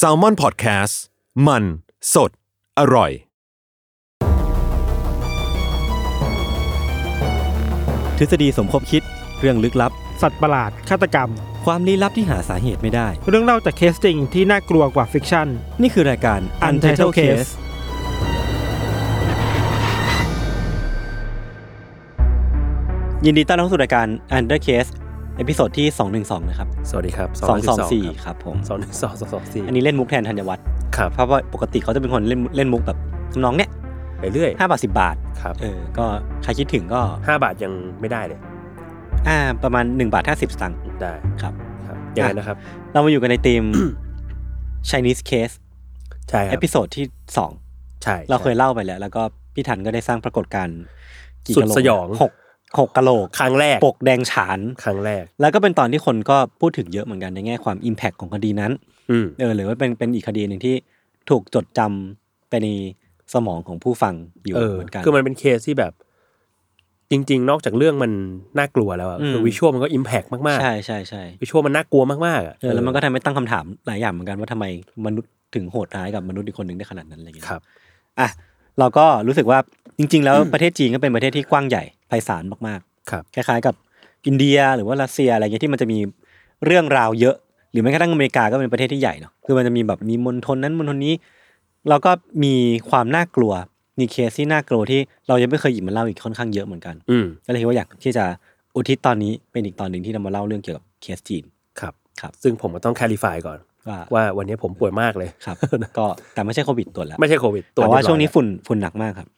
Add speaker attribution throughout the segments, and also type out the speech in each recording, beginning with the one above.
Speaker 1: s a l m o n PODCAST มัน สด อร่อย
Speaker 2: ทฤษฎีสมคบคิด เรื่องลึกลับ
Speaker 3: สัตว์ประหลาด ฆาตกรรม
Speaker 2: ความลี้ลับที่หาสาเหตุไม่ได้
Speaker 3: เรื่องเล่าจากเคสจริงที่น่ากลัวกว่าฟิกชั่น
Speaker 2: นี่คือรายการ Untitled Case ยินดีต้อนรับเข้าสู่รายการ Untitled Case เอพิโซดที่ 212 นะครับ
Speaker 4: สวัสดีครับ
Speaker 2: 224 ครับผม
Speaker 4: สองหนึ่งสองสองสองสี่
Speaker 2: อันนี้เล่นมุกแทนธัญวัฒน์
Speaker 4: ครับ
Speaker 2: เพราะว่าปกติเขาจะเป็นคนเล่นเล่นมุกแบบทำน้องเนี้ย
Speaker 4: ไปเรื่อย
Speaker 2: ห้าบาทสิบาท
Speaker 4: ครับ
Speaker 2: เออ ก็ใครคิดถึงก็
Speaker 4: ห้าบาทยังไม่ได้เลย
Speaker 2: อ่าประมาณ1บาท50 สตางค์
Speaker 4: ได้
Speaker 2: ครับ
Speaker 4: ครับยังไงนะครับ
Speaker 2: เรามาอยู่กันในที ม Chinese Case
Speaker 4: ใช่ครับ
Speaker 2: เอพิโซดที่สอง
Speaker 4: ใช่
Speaker 2: เราเคย
Speaker 4: ใช่
Speaker 2: เล่าไปแล้ว แล้วก็พี่ทันก็ได้สร้างปรากฏการณ์กี่
Speaker 4: สุด
Speaker 2: กะโหลก
Speaker 4: สยอง
Speaker 2: หกหกกะโหลก
Speaker 4: ครั้งแรก
Speaker 2: ปกแดงฉาน
Speaker 4: ครั้งแรก
Speaker 2: แล้วก็เป็นตอนที่คนก็พูดถึงเยอะเหมือนกันในแง่ความอิมแพคของคดีนั้น
Speaker 4: อืม
Speaker 2: เออหรือว่าเป็นเป็นอีกคดีหนึ่งที่ถูกจดจำไปในสมองของผู้ฟังอยู่
Speaker 4: เออ
Speaker 2: เหมือนกัน
Speaker 4: คือมันเป็นเคสที่แบบ จริง ๆ นอกจากเรื่องมันน่ากลัวแล้วอะ
Speaker 2: อืม
Speaker 4: คือวิชวลมันก็อิมแพกมาก
Speaker 2: ใช่ใช่ใช่
Speaker 4: ๆวิชวลมันน่ากลัวมากๆอะ
Speaker 2: เออแล้วมันก็ทำให้ตั้งคำถามหลายอย่างเหมือนกันว่าทำไมมนุษย์ถึงโหดร้ายกับมนุษย์อีกคนหนึ่งได้ขนาดนั้นอะไรอย่างเงี้ย
Speaker 4: ครับ
Speaker 2: อ่ะเราก็รู้สึกว่าจริง ๆ แล้วประเทศจีนก็เป็นประเทศที่กว้างใหญ่ไพศาลมาก
Speaker 4: ครับ
Speaker 2: ๆคล้ายๆกับอินเดียหรือว่ารัสเซียอะไรเงี้ยที่มันจะมีเรื่องราวเยอะ หรือแม้กระทั่งอเมริกาก็เป็นประเทศที่ใหญ่เนาะคือมันจะมีแบบมีมณฑลนั้นมณฑลนี้ เราก็มีความน่ากลัวมีเคสที่น่ากลัวที่เรายังไม่เคยหยิบมาเล่าอีกค่อนข้างเยอะเหมือนกัน
Speaker 4: อืม
Speaker 2: ก็เลยคิดว่าอยากที่จะอุทิศตอนนี้เป็นอีกตอนหนึ่งที่นำมาเล่าเรื่องเกี่ยวกับเคสจีน
Speaker 4: ครับ
Speaker 2: ครับ
Speaker 4: ซึ่งผมก็ต้องแคลิฟายก่อน
Speaker 2: ว่า
Speaker 4: ว่าวันนี้ผมป่วยมากเลย
Speaker 2: ครับ ก็แต่ไม่ใช่โควิดตัวจแล้ว
Speaker 4: ไม่ใช่โควิด
Speaker 2: แต่
Speaker 4: เรียบร้
Speaker 2: ว่า
Speaker 4: อย
Speaker 2: ช่วงนี้ฝุ่นฝุ่นหนักมากครับ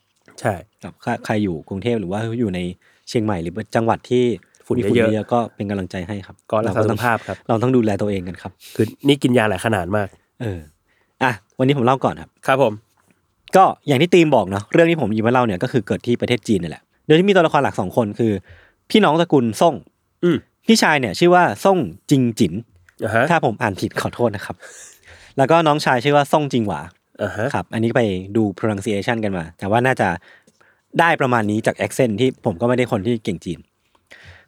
Speaker 4: ใช่
Speaker 2: กับใครใครอยู่กรุงเทพหรือว่าอยู่ในเชียงใหม่หรือจังหวัดที่
Speaker 4: ฝุ่น
Speaker 2: มี
Speaker 4: เยอะๆ
Speaker 2: ๆก็เป็นกำลังใจให้ครับ
Speaker 4: ก็รักษา
Speaker 2: เก็
Speaker 4: สุ
Speaker 2: ต้อ
Speaker 4: ข
Speaker 2: ง
Speaker 4: ภาพครับ
Speaker 2: เราต้องดูแลตัวเองกันครับ
Speaker 4: คือนี่กินยาหลายขนาดมาก
Speaker 2: เอออ่ะวันนี้ผมเล่าก่อนครับ
Speaker 4: ครับผม
Speaker 2: ก็อย่างที่ตีมบอกเนาะเรื่องที่ผมหยิบมาเล่าเนี่ยก็คือเกิดที่ประเทศจีนนี่แหละโดยที่มีตัวละครหลักสองคนคือ พี่น้องตระกูลซ่ง
Speaker 4: อืม
Speaker 2: พี่ชายเนี่ย ชื่อว่าซ่งจิงจิน
Speaker 4: อ่าฮะ
Speaker 2: ถ้าผมอ่านผิดขอโทษนะครับ แล้วก็น้องชายชื่อว่าซ่งจิงหวา
Speaker 4: อ่าฮะ
Speaker 2: ครับ อันนี้ไปดู pronunciation กันมา แต่ว่าน่าจะได้ประมาณนี้จาก accent ที่ผมก็ไม่ได้คนที่เก่งจีน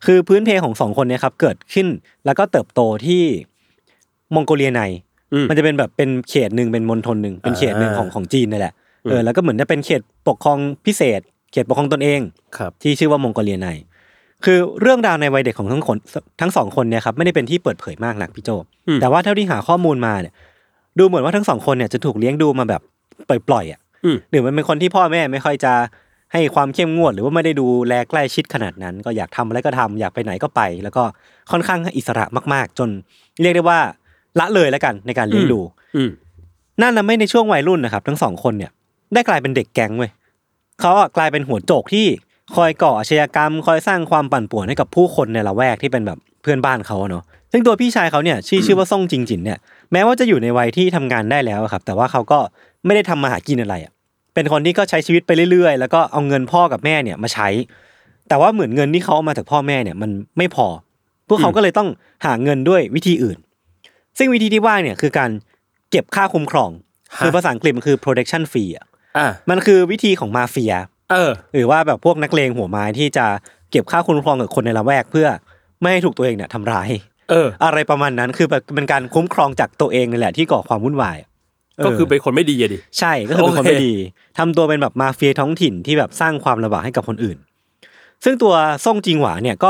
Speaker 2: คือพื้นเพของสองคนเนี้ครับ เกิดขึ้นแล้วก็เติบโตที่มองโกเลียใน
Speaker 4: อืม
Speaker 2: มันจะเป็นแบบเป็นเขตหนึ่งเป็นมณฑลหนึ่งเป็นเขตหนึ่งของของจีนนี่แหละ เออ
Speaker 4: ม
Speaker 2: แล้วก็เหมือนจะเป็นเขตปกครองพิเศษ เขตปกครองตนเอง
Speaker 4: ครับ
Speaker 2: ที่ชื่อว่ามองโกเลียใน คือเรื่องราวในวัยเด็กของทั้งคนทั้งสองคนเนี่ยครับไม่ได้เป็นที่เปิดเผยมากนักพี่โจ
Speaker 4: อืม
Speaker 2: แต่ว่าเท่าที่หาข้อมูลมาเนี่ยดูเหมือนว่าทั้งสองคนเนี่ยจะถูกเลี้ยงดูมาแบบปล่อยๆอ่ะ
Speaker 4: อืม
Speaker 2: หรือมันเป็นคนที่พ่อแม่ไม่ค่อยจะให้ความเข้มงวด หรือว่าไม่ได้ดูแลใกล้ชิดขนาดนั้น ก็อยากทำอะไรก็ทำอยากไปไหนก็ไป แล้วก็ค่อนข้างอิสระมาก ๆ จนเรียกได้ว่าละเลยแล้วกันในการเลี้ยงดู
Speaker 4: อืม
Speaker 2: นั่นนะไม่ในช่วงวัยรุ่นนะครับ ทั้งสองคนเนี่ยได้กลายเป็นเด็กแก๊งเว้ยเขาอะกลายเป็นหัวโจกที่คอยก่ออาชญากรรม คอยสร้างความปั่นป่วนให้กับผู้คนในละแวกที่เป็นแบบเพื่อนบ้านเขาอะเนาะซึ่งตัวพี่ชายเขาเนี่ยชื่อชื่อว่าซ่งจิงจินเนี่ยแม้ว่าจะอยู่ในวัยที่ทำงานได้แล้วอะครับ แต่ว่าเขาก็ไม่ได้ทำมาหากินอะไรอะเป็นคนที่ก็ใช้ชีวิตไปเรื่อยๆ แล้วก็เอาเงินพ่อกับแม่เนี่ยมาใช้ แต่ว่าเหมือนเงินที่เขาเอามาจากพ่อแม่เนี่ยมันไม่พอ พวกเขาก็เลยต้องหาเงินด้วยวิธีอื่น ซึ่งวิธีที่ว่าเนี่ยคือการเก็บค่าคุ้มครอง
Speaker 4: ฮะ
Speaker 2: คือภาษาอังกฤษมันคือ protection fee อ่ะ
Speaker 4: อ่า
Speaker 2: มันคือวิธีของมาเฟีย
Speaker 4: เออ
Speaker 2: หรือว่าแบบพวกนักเลงหัวไม้ที่จะเก็บค่าคุ้มครองกับคนในละแวกเพื่อไม่ให้ถูกตัวเองเนี่ยทำร้าย
Speaker 4: เออ
Speaker 2: อะไรประมาณนั้นคือแบบเป็นการคุ้มครองจากตัวเองนี่แหละที่ก่อความวุ่นวายอะ
Speaker 4: ก็คือ
Speaker 2: เ
Speaker 4: เป็นคนไม่ดีอะดิ
Speaker 2: ใช่ก็คือเป็นคน
Speaker 4: โอเค
Speaker 2: ไม่ดีทำตัวเป็นแบบมาเฟียท้องถิ่นที่แบบสร้างความลำบากให้กับคนอื่น ซึ่งตัวซ่งจิงหวาเนี่ยก็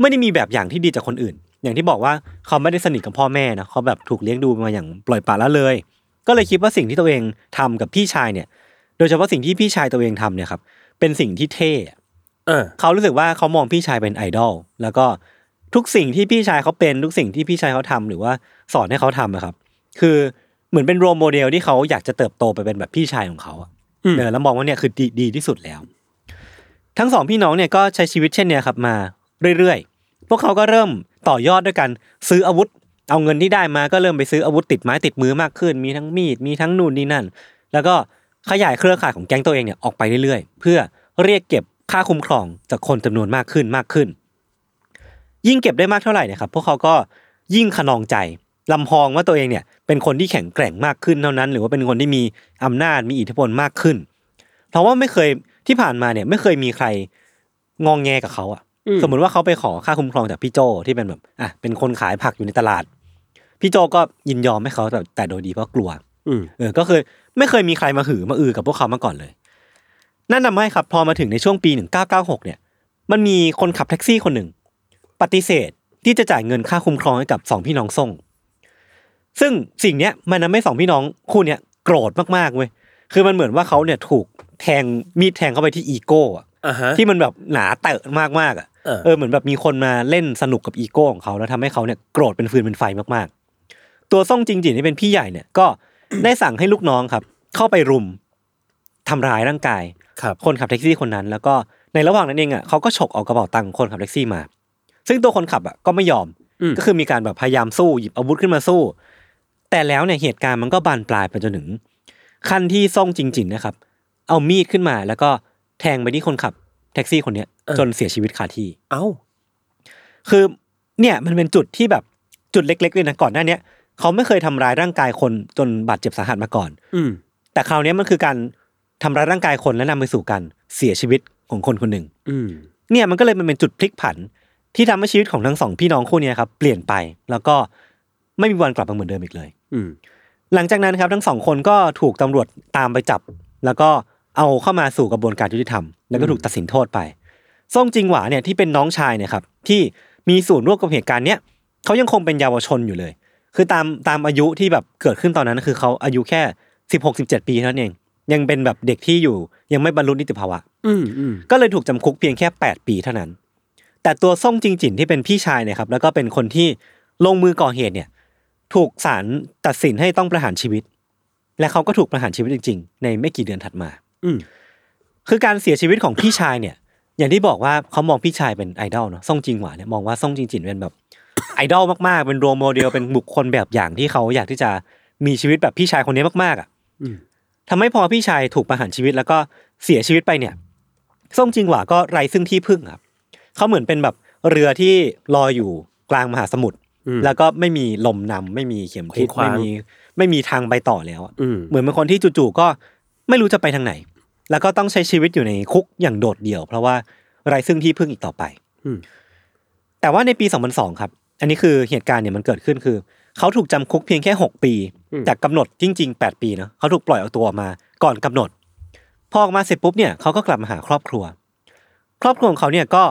Speaker 2: ไม่ได้มีแบบอย่างที่ดีจากคนอื่น อย่างที่บอกว่าเขาไม่ได้สนิทกับพ่อแม่นะเขาแบบถูกเลี้ยงดูมาอย่างปล่อยปละละเลย ก็เลยคิดว่าสิ่งที่ตัวเองทำกับพี่ชายเนี่ย โดยเฉพาะสิ่งที่พี่ชายตัวเองทำเนี่ยครับเป็นสิ่งที่เท่อะ
Speaker 4: เออ
Speaker 2: เขารู้สึกว่าเขามองพี่ชายเป็นไอดอลแล้วก็ทุกสิ่งที่พี่ชายเขาเป็นทุกสิ่งที่พี่ชายเขาทำหรือว่าสอนให้เขาทำอะครับ คือเหมือนเป็นโรลโมเดลที่เขาอยากจะเติบโตไปเป็นแบบพี่ชายของเขาอะ
Speaker 4: อืม
Speaker 2: เออแล้วมองว่าเนี่ยคือดีดีที่สุดแล้ว ทั้งสองพี่น้องเนี่ยก็ใช้ชีวิตเช่นเนี้ยครับมาเรื่อยๆ พวกเขาก็เริ่มต่อยอดด้วยการซื้ออาวุธ เอาเงินที่ได้มาก็เริ่มไปซื้ออาวุธติดไม้ติดมือมากขึ้น มีทั้งมีดมีทั้งนู่นนี่นั่น แล้วก็ขยายเครือข่ายของแก๊งตัวเองเนี่ยออกไปเรื่อยๆ เพื่อเรียกเก็บค่าคุ้มครองจากคนจำนวนมากขึ้นมากขึ้น ยิ่งเก็บได้มากเท่าไหร่เนะครับพวกเขาก็ยิ่งขนองใจลำพองว่าตัวเองเนี่ยเป็นคนที่แข็งแกร่งมากขึ้นเท่านั้น หรือว่าเป็นคนที่มีอำนาจมีอิทธิพลมากขึ้น เพราะว่าไม่เคยที่ผ่านมาเนี่ยไม่เคยมีใครงองแงกับเขาอะ
Speaker 4: อืม
Speaker 2: สมมติว่าเขาไปขอค่าคุ้มครองจากพี่โจที่เป็นแบบอ่ะเป็นคนขายผักอยู่ในตลาด พี่โจก็ยินยอมให้เขาแต่แต่โดยดีเพราะกลัว
Speaker 4: อืม
Speaker 2: เออ ก็คือไม่เคยมีใครมาหือมาอือกับพวกเขามาก่อนเลย นั่นทำให้ครับ พอมาถึงในช่วงปี 1996 เนี่ย มันมีคนขับแท็กซี่คนหนึ่ง ปฏิเสธที่จะจ่ายเงินค่าคุ้มครองให้กับสองพี่น้องส่ง ซึ่งสิ่งเนี้ยมันทำให้สองพี่น้องคู่เนี้ยโกรธมากๆเว้ย คือมันเหมือนว่าเขาเนี่ยถูกแทงมีดแทงเข้าไปที่อีโก้อะ
Speaker 4: อ่าฮะ
Speaker 2: ที่มันแบบหนาเตอะมากๆอ่ะ
Speaker 4: เออ
Speaker 2: เออเหมือนแบบมีคนมาเล่นสนุกกับอีโก้ของเขาแล้วทำให้เขาเนี่ยโกรธเป็นฟืนเป็นไฟมากๆ ตัวซ่งจริงจินที่เป็นพี่ใหญ่เนี่ยก็ ได้สั่งให้ลูกน้องครับ เข้าไปรุมทำร้ายร่างกาย
Speaker 4: ครับ
Speaker 2: คนขับแท็กซี่คนนั้น แล้วก็ในระหว่างนั้นเองอ่ะเขาก็ฉกเอากระเป๋าตังค์คนขับแท็กซี่มา ซึ่งตัวคนขับอ่ะก็ไม่ยอม
Speaker 4: อืม
Speaker 2: ก็คือมีการแบบพยายามสู้หยิบอาวุธขึ้นมาสู้ แต่แล้วเนี่ยเหตุการณ์มันก็บานปลายไปจนถึงขั้นที่ซ่งจริงจินนะครับ เอามีดขึ้นมา แล้วก็แทงไปที่คนขับแท็กซี่คนเนี้ยจนเสียชีวิตคาที่
Speaker 4: เอ้า
Speaker 2: คือเนี่ยมันเป็นจุดที่แบบจุดเล็กๆเลยนะก่อนหน้าเนี้ยเขาไม่เคยทำร้ายร่างกายคนจนบาดเจ็บสาหัสมาก่อน
Speaker 4: อืม
Speaker 2: แต่คราวเนี้ยมันคือการทำร้ายร่างกายคนและนำไปสู่การเสียชีวิตของคนคนหนึ่ง
Speaker 4: อืม
Speaker 2: เนี่ยมันก็เลยมันเป็นจุดพลิกผัน ที่ทำให้ชีวิตของทั้งสองพี่น้องคู่เนี้ยครับเปลี่ยนไปแล้วก็ไม่มีวันกลับมาเหมือนเดิมอีกเลย
Speaker 4: อืม
Speaker 2: หลังจากนั้นครับทั้งสองคนก็ถูกตำรวจตามไปจับ แล้วก็เอาเข้ามาสู่กระบวนการยุติธรรม แล้วก็ถูกตัดสินโทษไปซ่งจิงหวาเนี่ยที่เป็นน้องชายเนี่ยครับที่มีส่วนร่วมกับเหตุการณ์เนี้ยเขายังคงเป็นเยาวชนอยู่เลย คือตามตามอายุที่แบบเกิดขึ้นตอนนั้นคือเขาอายุแค่สิบหกสิบเจ็ดปีเท่านั้นเอง ยังเป็นแบบเด็กที่อยู่ยังไม่บรรลุนิติภาวะ
Speaker 4: อืมอืม
Speaker 2: ก็เลยถูกจำคุกเพียงแค่ 8 ปีเท่านั้น แต่ตัวซ่งจิงจินที่เป็นพี่ชายเนี่ยครับ แล้วก็เป็นคนที่ลงมือก่อเหตุเนี่ย ถูกศาลตัดสินให้ต้องประหารชีวิต และเขาก็ถูกประหารชีวิตจริง ๆ ในไม่กี่เดือนถัดมา
Speaker 4: อืม
Speaker 2: คือการเสียชีวิตของพี่ชายเนี่ย อย่างที่บอกว่าเขามองพี่ชายเป็นไอดอลเนาะซ่งจิงหวาเนี่ยมองว่าซ่งจิงจินเป็นแบบ ไอดอลมากๆ เป็นโรลโมเดลเป็นบุคคลแบบอย่างที่เขาอยากที่จะมีชีวิตแบบพี่ชายคนนี้มากๆอ่ะ
Speaker 4: อืม
Speaker 2: ทำให้พอพี่ชายถูกประหารชีวิตแล้วก็เสียชีวิตไปเนี่ยซ่งจิงหวาก็ไร้ซึ่งที่พึ่งครับเขาเหมือนเป็นแบบเรือที่ลอยอยู่กลางมหาสมุทร
Speaker 4: อืม
Speaker 2: แล้วก็ไม่มีลมนำไม่มีเข็มทิศ
Speaker 4: เคว้งคว้า
Speaker 2: ไม่
Speaker 4: ง
Speaker 2: มีไม่มีทางไปต่อแล้วอะ
Speaker 4: อืม
Speaker 2: เหมือนเป็นคนที่จู่ๆก็ไม่รู้จะไปทางไหน แล้วก็ต้องใช้ชีวิตอยู่ในคุกอย่างโดดเดี่ยว เพราะว่าไร้ซึ่งที่พึ่งอีกต่อไป
Speaker 4: อืม
Speaker 2: แต่ว่าในปี 2002 ครับ อันนี้คือเหตุการณ์เนี่ยมันเกิดขึ้นคือ เขาถูกจำคุกเพียงแค่ 6 ปี
Speaker 4: อืม
Speaker 2: จากกำหนดจริง ๆ 8 ปีเนาะเขาถูกปล่อยออกตัวออกมาก่อนกำหนด พอออกมาเสร็จปุ๊บเนี่ยเขาก็กลับมาหาครอบครัว ครอบครัวของเขาเนี่ยก็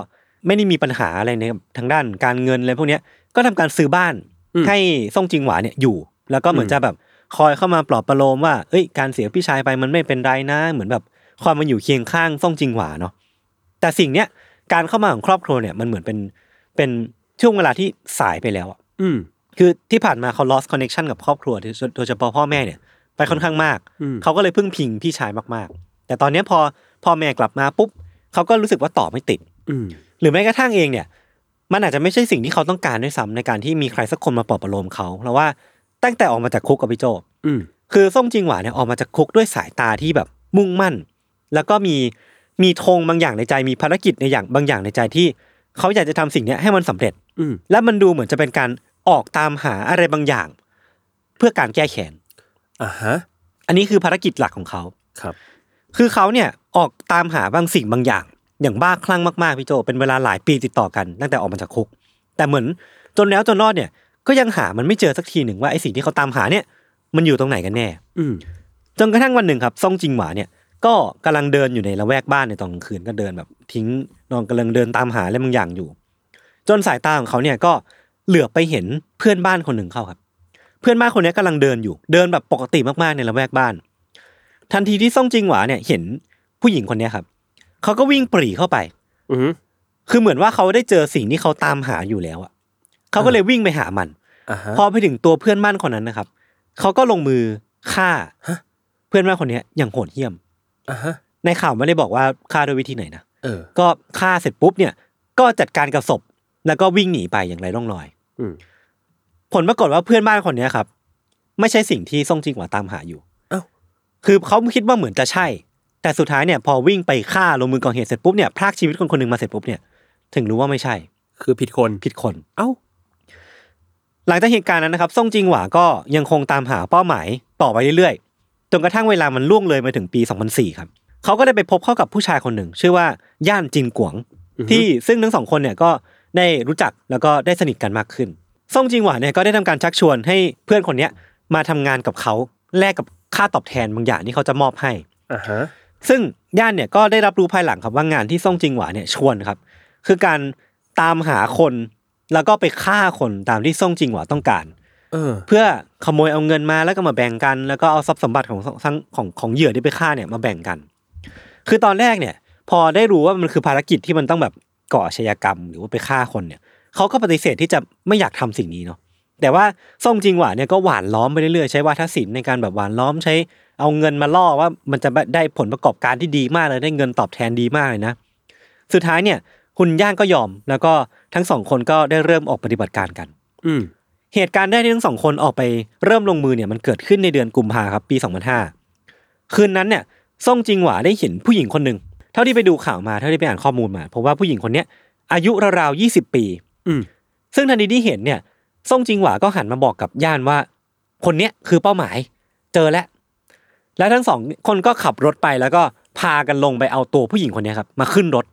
Speaker 2: ไม่ได้มีปัญหาอะไรในทางด้านการเงินอะไรพวกเนี้ยก็ทำการซื้อบ้าน
Speaker 4: อืม
Speaker 2: ให้ซ่งจิงหวาเนี่ยอยู่ แล้วก็เหมือนจะแบบคอยเข้ามาปลอบประโลมว่าเอ้ยการเสียพี่ชายไปมันไม่เป็นไรนะเหมือนแบบความมันอยู่เคียงข้างซ่งจิงหวาเนาะแต่สิ่งเนี้ยการเข้ามาของครอบครัวเนี่ยมันเหมือนเป็นเป็นช่วงเวลาที่สายไปแล้วอะ
Speaker 4: อืม
Speaker 2: คือที่ผ่านมาเขา lost connection กับครอบครัวโดยเฉพาะพ่อแม่เนี่ยไปค่อนข้างมาก
Speaker 4: อืม
Speaker 2: เขาก็เลยพึ่งพิงพี่ชายมากๆ แต่ตอนเนี้ยพอพ่อแม่กลับมาปุ๊บเขาก็รู้สึกว่าต่อไม่ติด
Speaker 4: อืม
Speaker 2: หรือแม้กระทั่งเองเนี่ย มันอาจจะไม่ใช่สิ่งที่เขาต้องการด้วยซ้ำในการที่มีใครสักคนมาปลอบประโลมเขาเพราะว่าตั้งแต่ออกมาจากคุกกับพี่โจ
Speaker 4: อืม
Speaker 2: คือส้มจิงหวาเนี่ยออกมาจากคุกด้วยสายตาที่แบบมุ่งมั่น แล้วก็มีมีธงบางอย่างในใจมีภารกิจในอย่างบางอย่างในใจที่ เขาอยากจะทำสิ่งเนี้ยให้มันสำเร็จ
Speaker 4: อืม
Speaker 2: และมันดูเหมือนจะเป็นการออกตามหาอะไรบางอย่าง เพื่อการแก้แค้น
Speaker 4: อ่าฮะ
Speaker 2: อันนี้คือภารกิจหลักของเขา
Speaker 4: ครับ
Speaker 2: คือเขาเนี่ยออกตามหาบางสิ่งบางอย่าง อย่างบ้าคลั่งมากๆพี่โจเป็นเวลาหลายปีติดต่อกันตั้งแต่ออกมาจากคุก แต่เหมือนจนแล้วจนรอดเนี่ยก็ยังหามันไม่เจอสักทีหนึ่งว่าไอ้สิ่งที่เขาตามหาเนี่ยมันอยู่ตรงไหนกันแน่
Speaker 4: อืม
Speaker 2: จนกระทั่งวันหนึ่งครับซ่องจิงหวาเนี่ยก็กำลังเดินอยู่ในละแวกบ้านในตอนกลางคืนก็เดินแบบทิ้งนอนกำลังเดินตามหาอะไรบางอย่างอยู่ จนสายตาของเขาเนี่ยก็เหลือบไปเห็นเพื่อนบ้านคนหนึ่งเข้าครับ เพื่อนบ้านคนเนี้ยกำลังเดินอยู่ เดินแบบปกติมากๆในละแวกบ้าน ทันทีที่ซ่องจิงหวาเนี่ยเห็นผู้หญิงคนเนี้ยครับเขาก็วิ่งปรีเข้าไป
Speaker 4: อืม
Speaker 2: คือเหมือนว่าเขาได้เจอสิ่งที่เขาตามหาอยู่แล้วอะเขาก็เลยวิ่งไปหามัน
Speaker 4: อ่าฮะ
Speaker 2: พอไปถึงตัวเพื่อนบ้านคนนั้นนะครับ เขาก็ลงมือฆ่า
Speaker 4: ฮะ
Speaker 2: เพื่อนบ้านคนเนี้ยอย่างโหดเหี้ยม
Speaker 4: อ่าฮะ
Speaker 2: ในข่าวไม่ได้บอกว่าฆ่าด้วยวิธีไหนนะ
Speaker 4: เออ
Speaker 2: ก็ฆ่าเสร็จปุ๊บเนี่ย ก็จัดการกับศพ แล้วก็วิ่งหนีไปอย่างไรร่องรอย
Speaker 4: อืม
Speaker 2: ผลปรากฏว่าเพื่อนบ้านคนเนี้ยครับ ไม่ใช่สิ่งที่ซ่งจิงหวาตามหาอยู่
Speaker 4: อ้าว
Speaker 2: คือเขาคิดว่าเหมือนจะใช่ แต่สุดท้ายเนี่ยพอวิ่งไปฆ่าลงมือก่อเหตุเสร็จปุ๊บเนี่ยพรากชีวิตคนคนหนึ่งมาเสร็จปุ๊บเนี่ยถึงรู้ว่าไม่ใช่
Speaker 4: คือผิดคน
Speaker 2: ผิดคน
Speaker 4: เอ้า
Speaker 2: หลังจากเหตุการณ์นั้นนะครับซ่งจิงหวาก็ยังคงตามหาเป้าหมายต่อไปเรื่อยๆ จนกระทั่งเวลามันล่วงเลยมาถึงปี 2004 ครับ เขาก็ได้ไปพบเข้ากับผู้ชายคนหนึ่ง ชื่อว่าย่านจินกวง
Speaker 4: อือฮึ
Speaker 2: ที่ซึ่งทั้งสองคนเนี่ยก็ได้รู้จักแล้วก็ได้สนิทกันมากขึ้นซ่งจิงหวาเนี่ยก็ได้ทำการชักชวนให้เพื่อนคนเนี้ยมาทำงานกับเขาแลกกับค่าตอบแทนบางอย่างที่เขาจะมอบให้
Speaker 4: อ่าฮะ
Speaker 2: ซึ่งย่านเนี่ยก็ได้รับรู้ภายหลังครับว่างานที่ซ่งจิงหวาเนี่ยชวนครับ คือการตามหาคนแล้วก็ไปฆ่าคนตามที่ซ่งจิงหวาต้องการ
Speaker 4: เออ
Speaker 2: เพื่อขโมยเอาเงินมาแล้วก็มาแบ่งกัน แล้วก็เอาทรัพย์สมบัติของทั้งของของเหยื่อที่ไปฆ่าเนี่ยมาแบ่งกัน คือตอนแรกเนี่ย พอได้รู้ว่ามันคือภารกิจที่มันต้องแบบก่ออาชญากรรม หรือว่าไปฆ่าคนเนี่ยเขาก็ปฏิเสธที่จะไม่อยากทำสิ่งนี้เนาะแต่ว่าซ่งจิงหวาเนี่ยก็หวานล้อมไปเรื่อยๆใช้วาทศิลป์ในการแบบหวานล้อมใช้เอาเงินมาล่อว่ามันจะได้ผลประกอบการที่ดีมากเลยได้เงินตอบแทนดีมากเลยนะ สุดท้ายเนี่ยคุณย่างก็ยอมแล้วก็ทั้งสองคนก็ได้เริ่มออกปฏิบัติการกัน
Speaker 4: อืม
Speaker 2: เหตุการณ์แรกที่ทั้งสองคนออกไปเริ่มลงมือเนี่ยมันเกิดขึ้นในเดือนกุมภาครับปี 2005 คืนนั้นเนี่ยซ่งจิงหวาได้เห็นผู้หญิงคนหนึ่งเท่าที่ไปดูข่าวมาเท่าที่ไปอ่านข้อมูลมาเพราะว่าผู้หญิงคนเนี้ยอายุราวๆ20 ปี
Speaker 4: อืม
Speaker 2: ซึ่งทันทีที่เห็นเนี่ยซ่งจิงหวาก็หันมาบอกกับย่านว่า คนเนี้ยคือเป้าหมาย เจอแล้ว แล้วทั้งสองคนก็ขับรถไปแล้วก็พากันลงไปเอาตัวผู้หญิงคนเนี้ยครับมาขึ้นรถ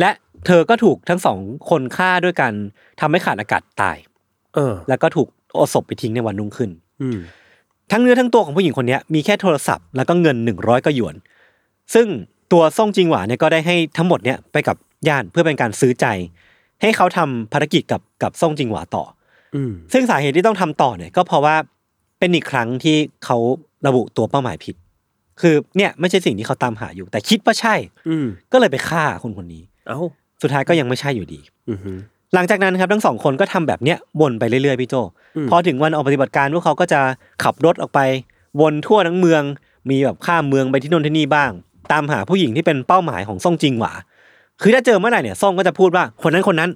Speaker 2: และเธอก็ถูกทั้งสองคนฆ่าด้วยการทำให้ขาดอากาศตาย
Speaker 4: เออ
Speaker 2: แล้วก็ถูกเอาศพไปทิ้งในวันรุ่งขึ้น
Speaker 4: อืม
Speaker 2: ทั้งเนื้อทั้งตัวของผู้หญิงคนเนี้ยมีแค่โทรศัพท์แล้วก็เงิน 100ก็หยวน ซึ่งตัวซ่งจิงหวาเนี่ยก็ได้ให้ทั้งหมดเนี่ยไปกับญาติเพื่อเป็นการซื้อใจ ให้เขาทำภารกิจกับกับซ่งจิงหวาต่อ
Speaker 4: อืม
Speaker 2: ซึ่งสาเหตุที่ต้องทำต่อเนี่ยก็เพราะว่าเป็นอีกครั้งที่เขาระบุตัวเป้าหมายผิด คือเนี่ยไม่ใช่สิ่งที่เขาตามหาอยู่ แต่คิดว่าใช่
Speaker 4: อืม
Speaker 2: ก็เลยไปฆ่าคนคนนี้
Speaker 4: เอ้า
Speaker 2: สุดท้ายก็ยังไม่ใช่อยู่ดี
Speaker 4: อือฮึ
Speaker 2: หลังจากนั้นครับทั้งสองคนก็ทำแบบเนี้ยวนไปเรื่อยๆพี่โจ
Speaker 4: อืม
Speaker 2: พอถึงวันออกปฏิบัติการพวกเขาก็จะขับรถออกไป วนทั่วทั้งเมือง มีแบบข้ามเมืองไปที่โนนที่นี่บ้าง ตามหาผู้หญิงที่เป็นเป้าหมายของซ่องจิงหวา คือถ้าเจอเมื่อไหร่เนี่ยซ่องก็จะพูดว่าคนนั้นคนนั้น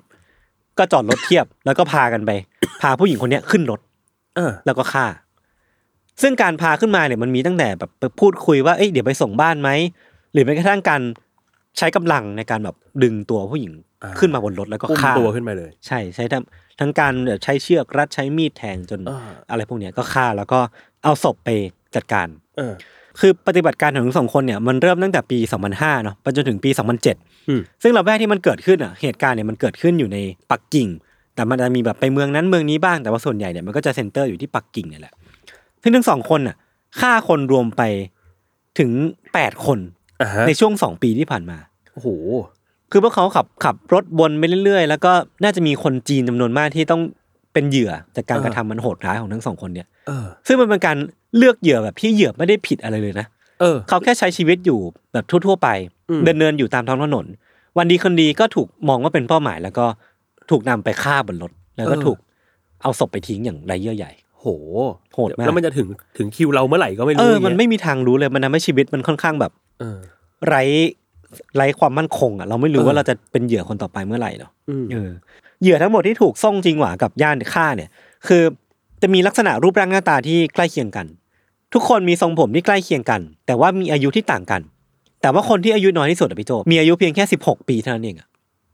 Speaker 2: ก็จอดรถเทียบ แล้วก็พากันไป พาผู้หญิงคนเนี้ยขึ้นรถ
Speaker 4: เออ
Speaker 2: แล้วก็ฆ่า ซึ่งการพาขึ้นมาเนี่ยมันมีตั้งแต่แบบไปพูดคุยว่าเอ้ยเดี๋ยวไปส่งบ้านไหม หรือแม้กระทั่งการใช้กำลังในการแบบดึงตัวผู้หญิง
Speaker 4: อ่า
Speaker 2: ขึ้นมาบนรถแล้วก็
Speaker 4: อุ้ม
Speaker 2: ฆ่า
Speaker 4: ตัวขึ้นมาเลย
Speaker 2: ใช่ใช้ทั้งทั้งการแบบใช้เชือกรัดใช้มีดแทงจน
Speaker 4: อ่า
Speaker 2: อะไรพวกเนี้ยก็ฆ่าแล้วก็เอาศพไปจัดการ
Speaker 4: เออ
Speaker 2: คือปฏิบัติการของทั้งสองคนเนี่ยมันเริ่มตั้งแต่ปี 2005เนาะไปจนถึงปี
Speaker 4: อืม
Speaker 2: 2007 ซึ่งระแวกที่มันเกิดขึ้นอ่ะเหตุการณ์เนี่ยมันเกิดขึ้นอยู่ในปักกิ่ง แต่มันจะมีแบบไปเมืองนั้นเมืองนี้บ้างแต่ว่าส่วนใหญ่เนี่ยมันก็จะเซ็นเตอร์อยู่ที่ปักกิ่งเนี่ยแหละซึ่งทั้งสองคนน่ะฆ่าคนรวมไปถึงแปดคน
Speaker 4: อ่าฮะ
Speaker 2: ในช่วงสองปีที่ผ่านมา
Speaker 4: โอ้โห
Speaker 2: คือพวกเขาขับขับรถวนไปเรื่อยๆ แล้วก็น่าจะมีคนจีนจำนวนมากที่ต้องเป็นเหยื่อจากการ
Speaker 4: เออ
Speaker 2: กระทำมันโหดร้ายของทั้งสองคนเนี่ย
Speaker 4: เออ
Speaker 2: ซึ่งมันเป็นการเลือกเหยื่อแบบที่เหยื่อไม่ได้ผิดอะไรเลยนะ
Speaker 4: เออ
Speaker 2: เขาแค่ใช้ชีวิตอยู่แบบทั่วๆไป
Speaker 4: อืม
Speaker 2: เดินเนินอยู่ตามท้องถนน วันดีคนดีก็ถูกมองว่าเป็นเป้าหมาย แล้วก็ถูกนำไปฆ่าบนรถ แล้วก็ถูกเอาศพไปทิ้งอย่างไรเยื่อใหญ่
Speaker 4: โห
Speaker 2: โหดมาก
Speaker 4: แล้วมันจะถึงถึงคิวเราเมื่อไหร่ก็ไม่
Speaker 2: เอ
Speaker 4: รู้
Speaker 2: อ
Speaker 4: ย่าง
Speaker 2: มัน
Speaker 4: เงี้ย
Speaker 2: ไม่มีทางรู้เลย มันทำให้ชีวิตมันค่อนข้างแบบ
Speaker 4: เออ
Speaker 2: ไร้ไร้ความมั่นคงอ่ะ เราไม่รู้
Speaker 4: เออ
Speaker 2: ว่าเราจะเป็นเหยื่อคนต่อไปเมื่อไหร่เนาะ
Speaker 4: อืม
Speaker 2: เออเหยื่อทั้งหมดที่ถูกซ่องจิงหวากับย่านฆ่าเนี่ย คือจะมีลักษณะรูปร่างหน้าตาที่ใกล้เคียงกัน ทุกคนมีทรงผมที่ใกล้เคียงกัน แต่ว่ามีอายุที่ต่างกัน แต่ว่าคนที่อายุน้อยที่สุดอะพี่โจมีอายุเพียงแค่ 16 ปีเท่านั้นเองอะ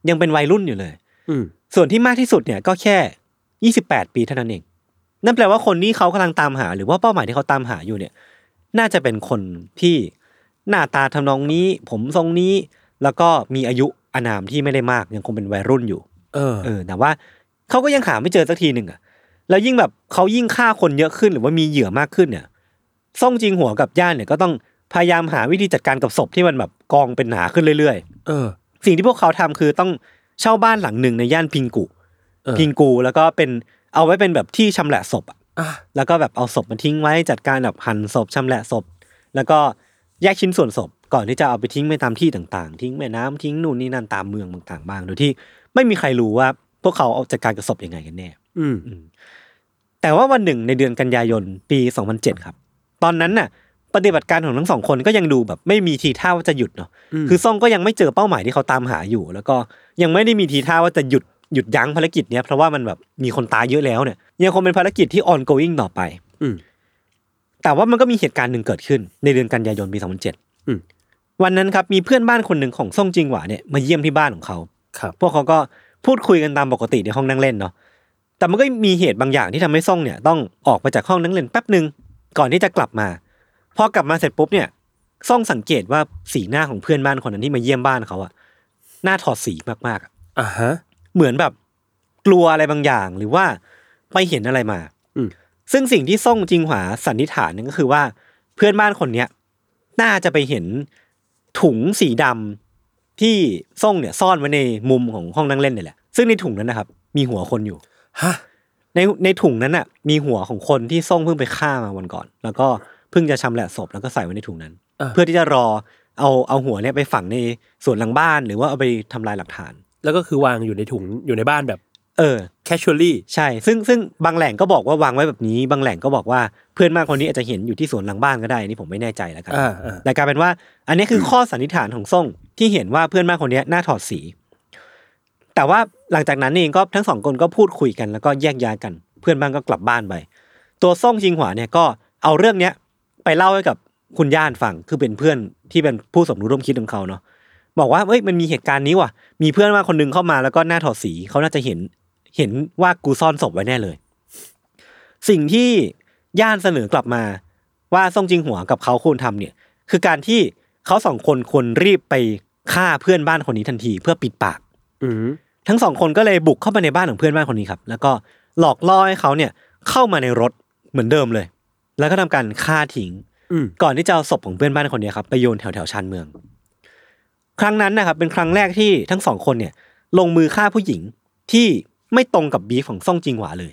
Speaker 2: ยังเป็นวัยรุ่นอยู่เลย
Speaker 4: อืม
Speaker 2: ส่วนที่มากที่สุดเนี่ยก็แค่ 28 ปีเท่านั้นเอง นั่นแปลว่าคนที่เขากำลังตามหา หรือว่าเป้าหมายที่เขาตามหาอยู่เนี่ย น่าจะเป็นคนที่หน้าตาทำนองนี้ ผมทรงนี้ แล้วก็มีอายุอานามที่ไม่ได้มากยังคงเป็นวัยรุ่นอยู่
Speaker 4: เออ
Speaker 2: เออแต่ว่าเขาก็ยังหาไม่เจอสักทีหนึ่งอ่ะ แล้วยิ่งแบบเขายิ่งฆ่าคนเยอะขึ้นหรือว่ามีเหยื่อมากขึ้นเนี่ยซ่งจิงหัวกับย่านเนี่ยก็ต้องพยายามหาวิธีจัดการกับศพที่มันแบบกองเป็นหนาขึ้นเรื่อย
Speaker 4: เออ
Speaker 2: ๆ สิ่งที่พวกเขาทำคือต้องเช่าบ้านหลังหนึ่งในย่านพิงกุ
Speaker 4: เออ
Speaker 2: พิงกูแล้วก็เป็นเอาไว้เป็นแบบที่ชำแหละศพอะ
Speaker 4: อ่ะ
Speaker 2: แล้วก็แบบเอาศพมาทิ้งไว้จัดการแบบหั่นศพชำแหละศพ แล้วก็แยกชิ้นส่วนศพก่อนที่จะเอาไปทิ้งไปตามที่ต่างๆ ทิ้งแม่น้ำทิ้งนู่นนี่นั่นตามเมืองต่างๆบ้างโดยที่ไม่มีใครรู้ว่าพวกเขาเอาจัดการกับศพยังไงกันแน่
Speaker 4: อืม
Speaker 2: แต่ว่าวันหนึ่งในเดือนกันยายนปี 2007 ครับ ตอนนั้นน่ะ ปฏิบัติการของทั้งสองคนก็ยังดูแบบไม่มีทีท่าว่าจะหยุดเนาะ
Speaker 4: อืม
Speaker 2: คือซ่องก็ยังไม่เจอเป้าหมายที่เขาตามหาอยู่ แล้วก็ยังไม่ได้มีทีท่าว่าจะหยุด หยุดยั้งภารกิจเนี้ยเพราะว่ามันแบบมีคนตายเยอะแล้วเนี่ยยังคงเป็นภารกิจที่ ongoing ต่อไป
Speaker 4: อืม
Speaker 2: แต่ว่ามันก็มีเหตุการณ์หนึ่งเกิดขึ้น ในเดือนกันยายนปี
Speaker 4: อืม
Speaker 2: 2007วันนั้นครับมีเพื่อนบ้านคนหนึ่งของซ่งจิงหวาเนี่ยมาเยี่ยมที่บ้านของเขา
Speaker 4: ครับ
Speaker 2: พวกเขาก็พูดคุยกันตามปกติในห้องนั่งเล่นเนาะ แต่มันก็มีเหตุบางอย่างที่ทำให้ซ่องเนี่ย ต้องออกมาจากห้องนั่งเล่นแป๊บหนึ่งก่อนที่จะกลับมา พอกลับมาเสร็จปุ๊บเนี่ยซ่องสังเกตว่าสีหน้าของเพื่อนบ้านคนนั้นที่มาเยี่ยมบ้านเขาอะหน้าถอดสีมากๆอะ
Speaker 4: อ่าฮะ
Speaker 2: เหมือนแบบกลัวอะไรบางอย่างหรือว่าไปเห็นอะไรมา
Speaker 4: อืม
Speaker 2: ซึ่งสิ่งที่ซ่องจิงหวาสันนิษฐานนึงก็คือว่าเพื่อนบ้านคนเนี้ยน่าจะไปเห็นถุงสีดำ ที่ซ่งเนี่ยซ่อนไว้ในมุมของห้องนั่งเล่นเนี่ยแหละ ซึ่งในถุงนั้นนะครับ มีหัวคนอยู่
Speaker 4: ฮะ
Speaker 2: ในในถุงนั้นน่ะ มีหัวของคนที่ซ่งเพิ่งไปฆ่ามาวันก่อน แล้วก็เพิ่งจะชำแหละศพแล้วก็ใส่ไว้ในถุงนั้น
Speaker 4: า
Speaker 2: เพื่อที่จะรอเอาเอาหัวเนี่ยไปฝังในสวนหลังบ้าน หรือว่าเอาไปทำลายหลักฐาน
Speaker 4: แล้วก็คือวางอยู่ในถุงอยู่ในบ้านแบบ
Speaker 2: เออ
Speaker 4: casually
Speaker 2: ใช่ ซึ่งซึ่งบางแหล่งก็บอกว่าวางไว้แบบนี้ บางแหล่งก็บอกว่าเพื่อนบ้านคนนี้อาจจะเห็นอยู่ที่สวนหลังบ้านก็ได้นี่ผมไม่แน่ใจแล้วกัน
Speaker 4: อ่าอ่า
Speaker 2: แต่กลายเป็นว่า อันนี้คือข้อสันนิษฐานของส่งที่เห็นว่าเพื่อนบ้านคนเนี้ยหน้าถอดสี แต่ว่าหลังจากนั้นเองก็ทั้งสองคนก็พูดคุยกันแล้วก็แยกย้ายกัน เพื่อนบ้านก็กลับบ้านไป ตัวส่งจิงหวาเนี่ยก็เอาเรื่องเนี้ยไปเล่าให้กับคุณย่านฟังคือเป็นเพื่อนที่เป็นผู้สมรู้ร่วมคิดของเขาเนาะบอกว่าเอ้ยมันมีเหตุการณ์นี้ว่ะ มีเพื่อนมาคนหนึงเข้ามาแล้วก็หน้าถอดสีเขาน่าจะเห็นเห็นว่ากูซ่อนศพไว้แน่เลย สิ่งที่ย่านเสนอกลับมาว่าซ่งจิงหัวกับเขาควรทำเนี่ย คือการที่เขาสองคนควรรีบไปฆ่าเพื่อนบ้านคนนี้ทันทีเพื่อปิดปาก
Speaker 4: อืม
Speaker 2: ทั้งสองคนก็เลยบุกเข้าไปในบ้านของเพื่อนบ้านคนนี้ครับ แล้วก็หลอกล่อให้เขาเนี่ยเข้ามาในรถเหมือนเดิมเลย แล้วก็ทำการฆ่าทิ้ง
Speaker 4: อืม
Speaker 2: ก่อนที่จะเอาศพของเพื่อนบ้านคนเนี้ยครับไปโยนแถวแถวๆชานเมือง ครั้งนั้นนะครับเป็นครั้งแรกที่ทั้งสองคนเนี่ย ลงมือฆ่าผู้หญิงที่ไม่ตรงกับบีฟของซ่งจิงหวาเลย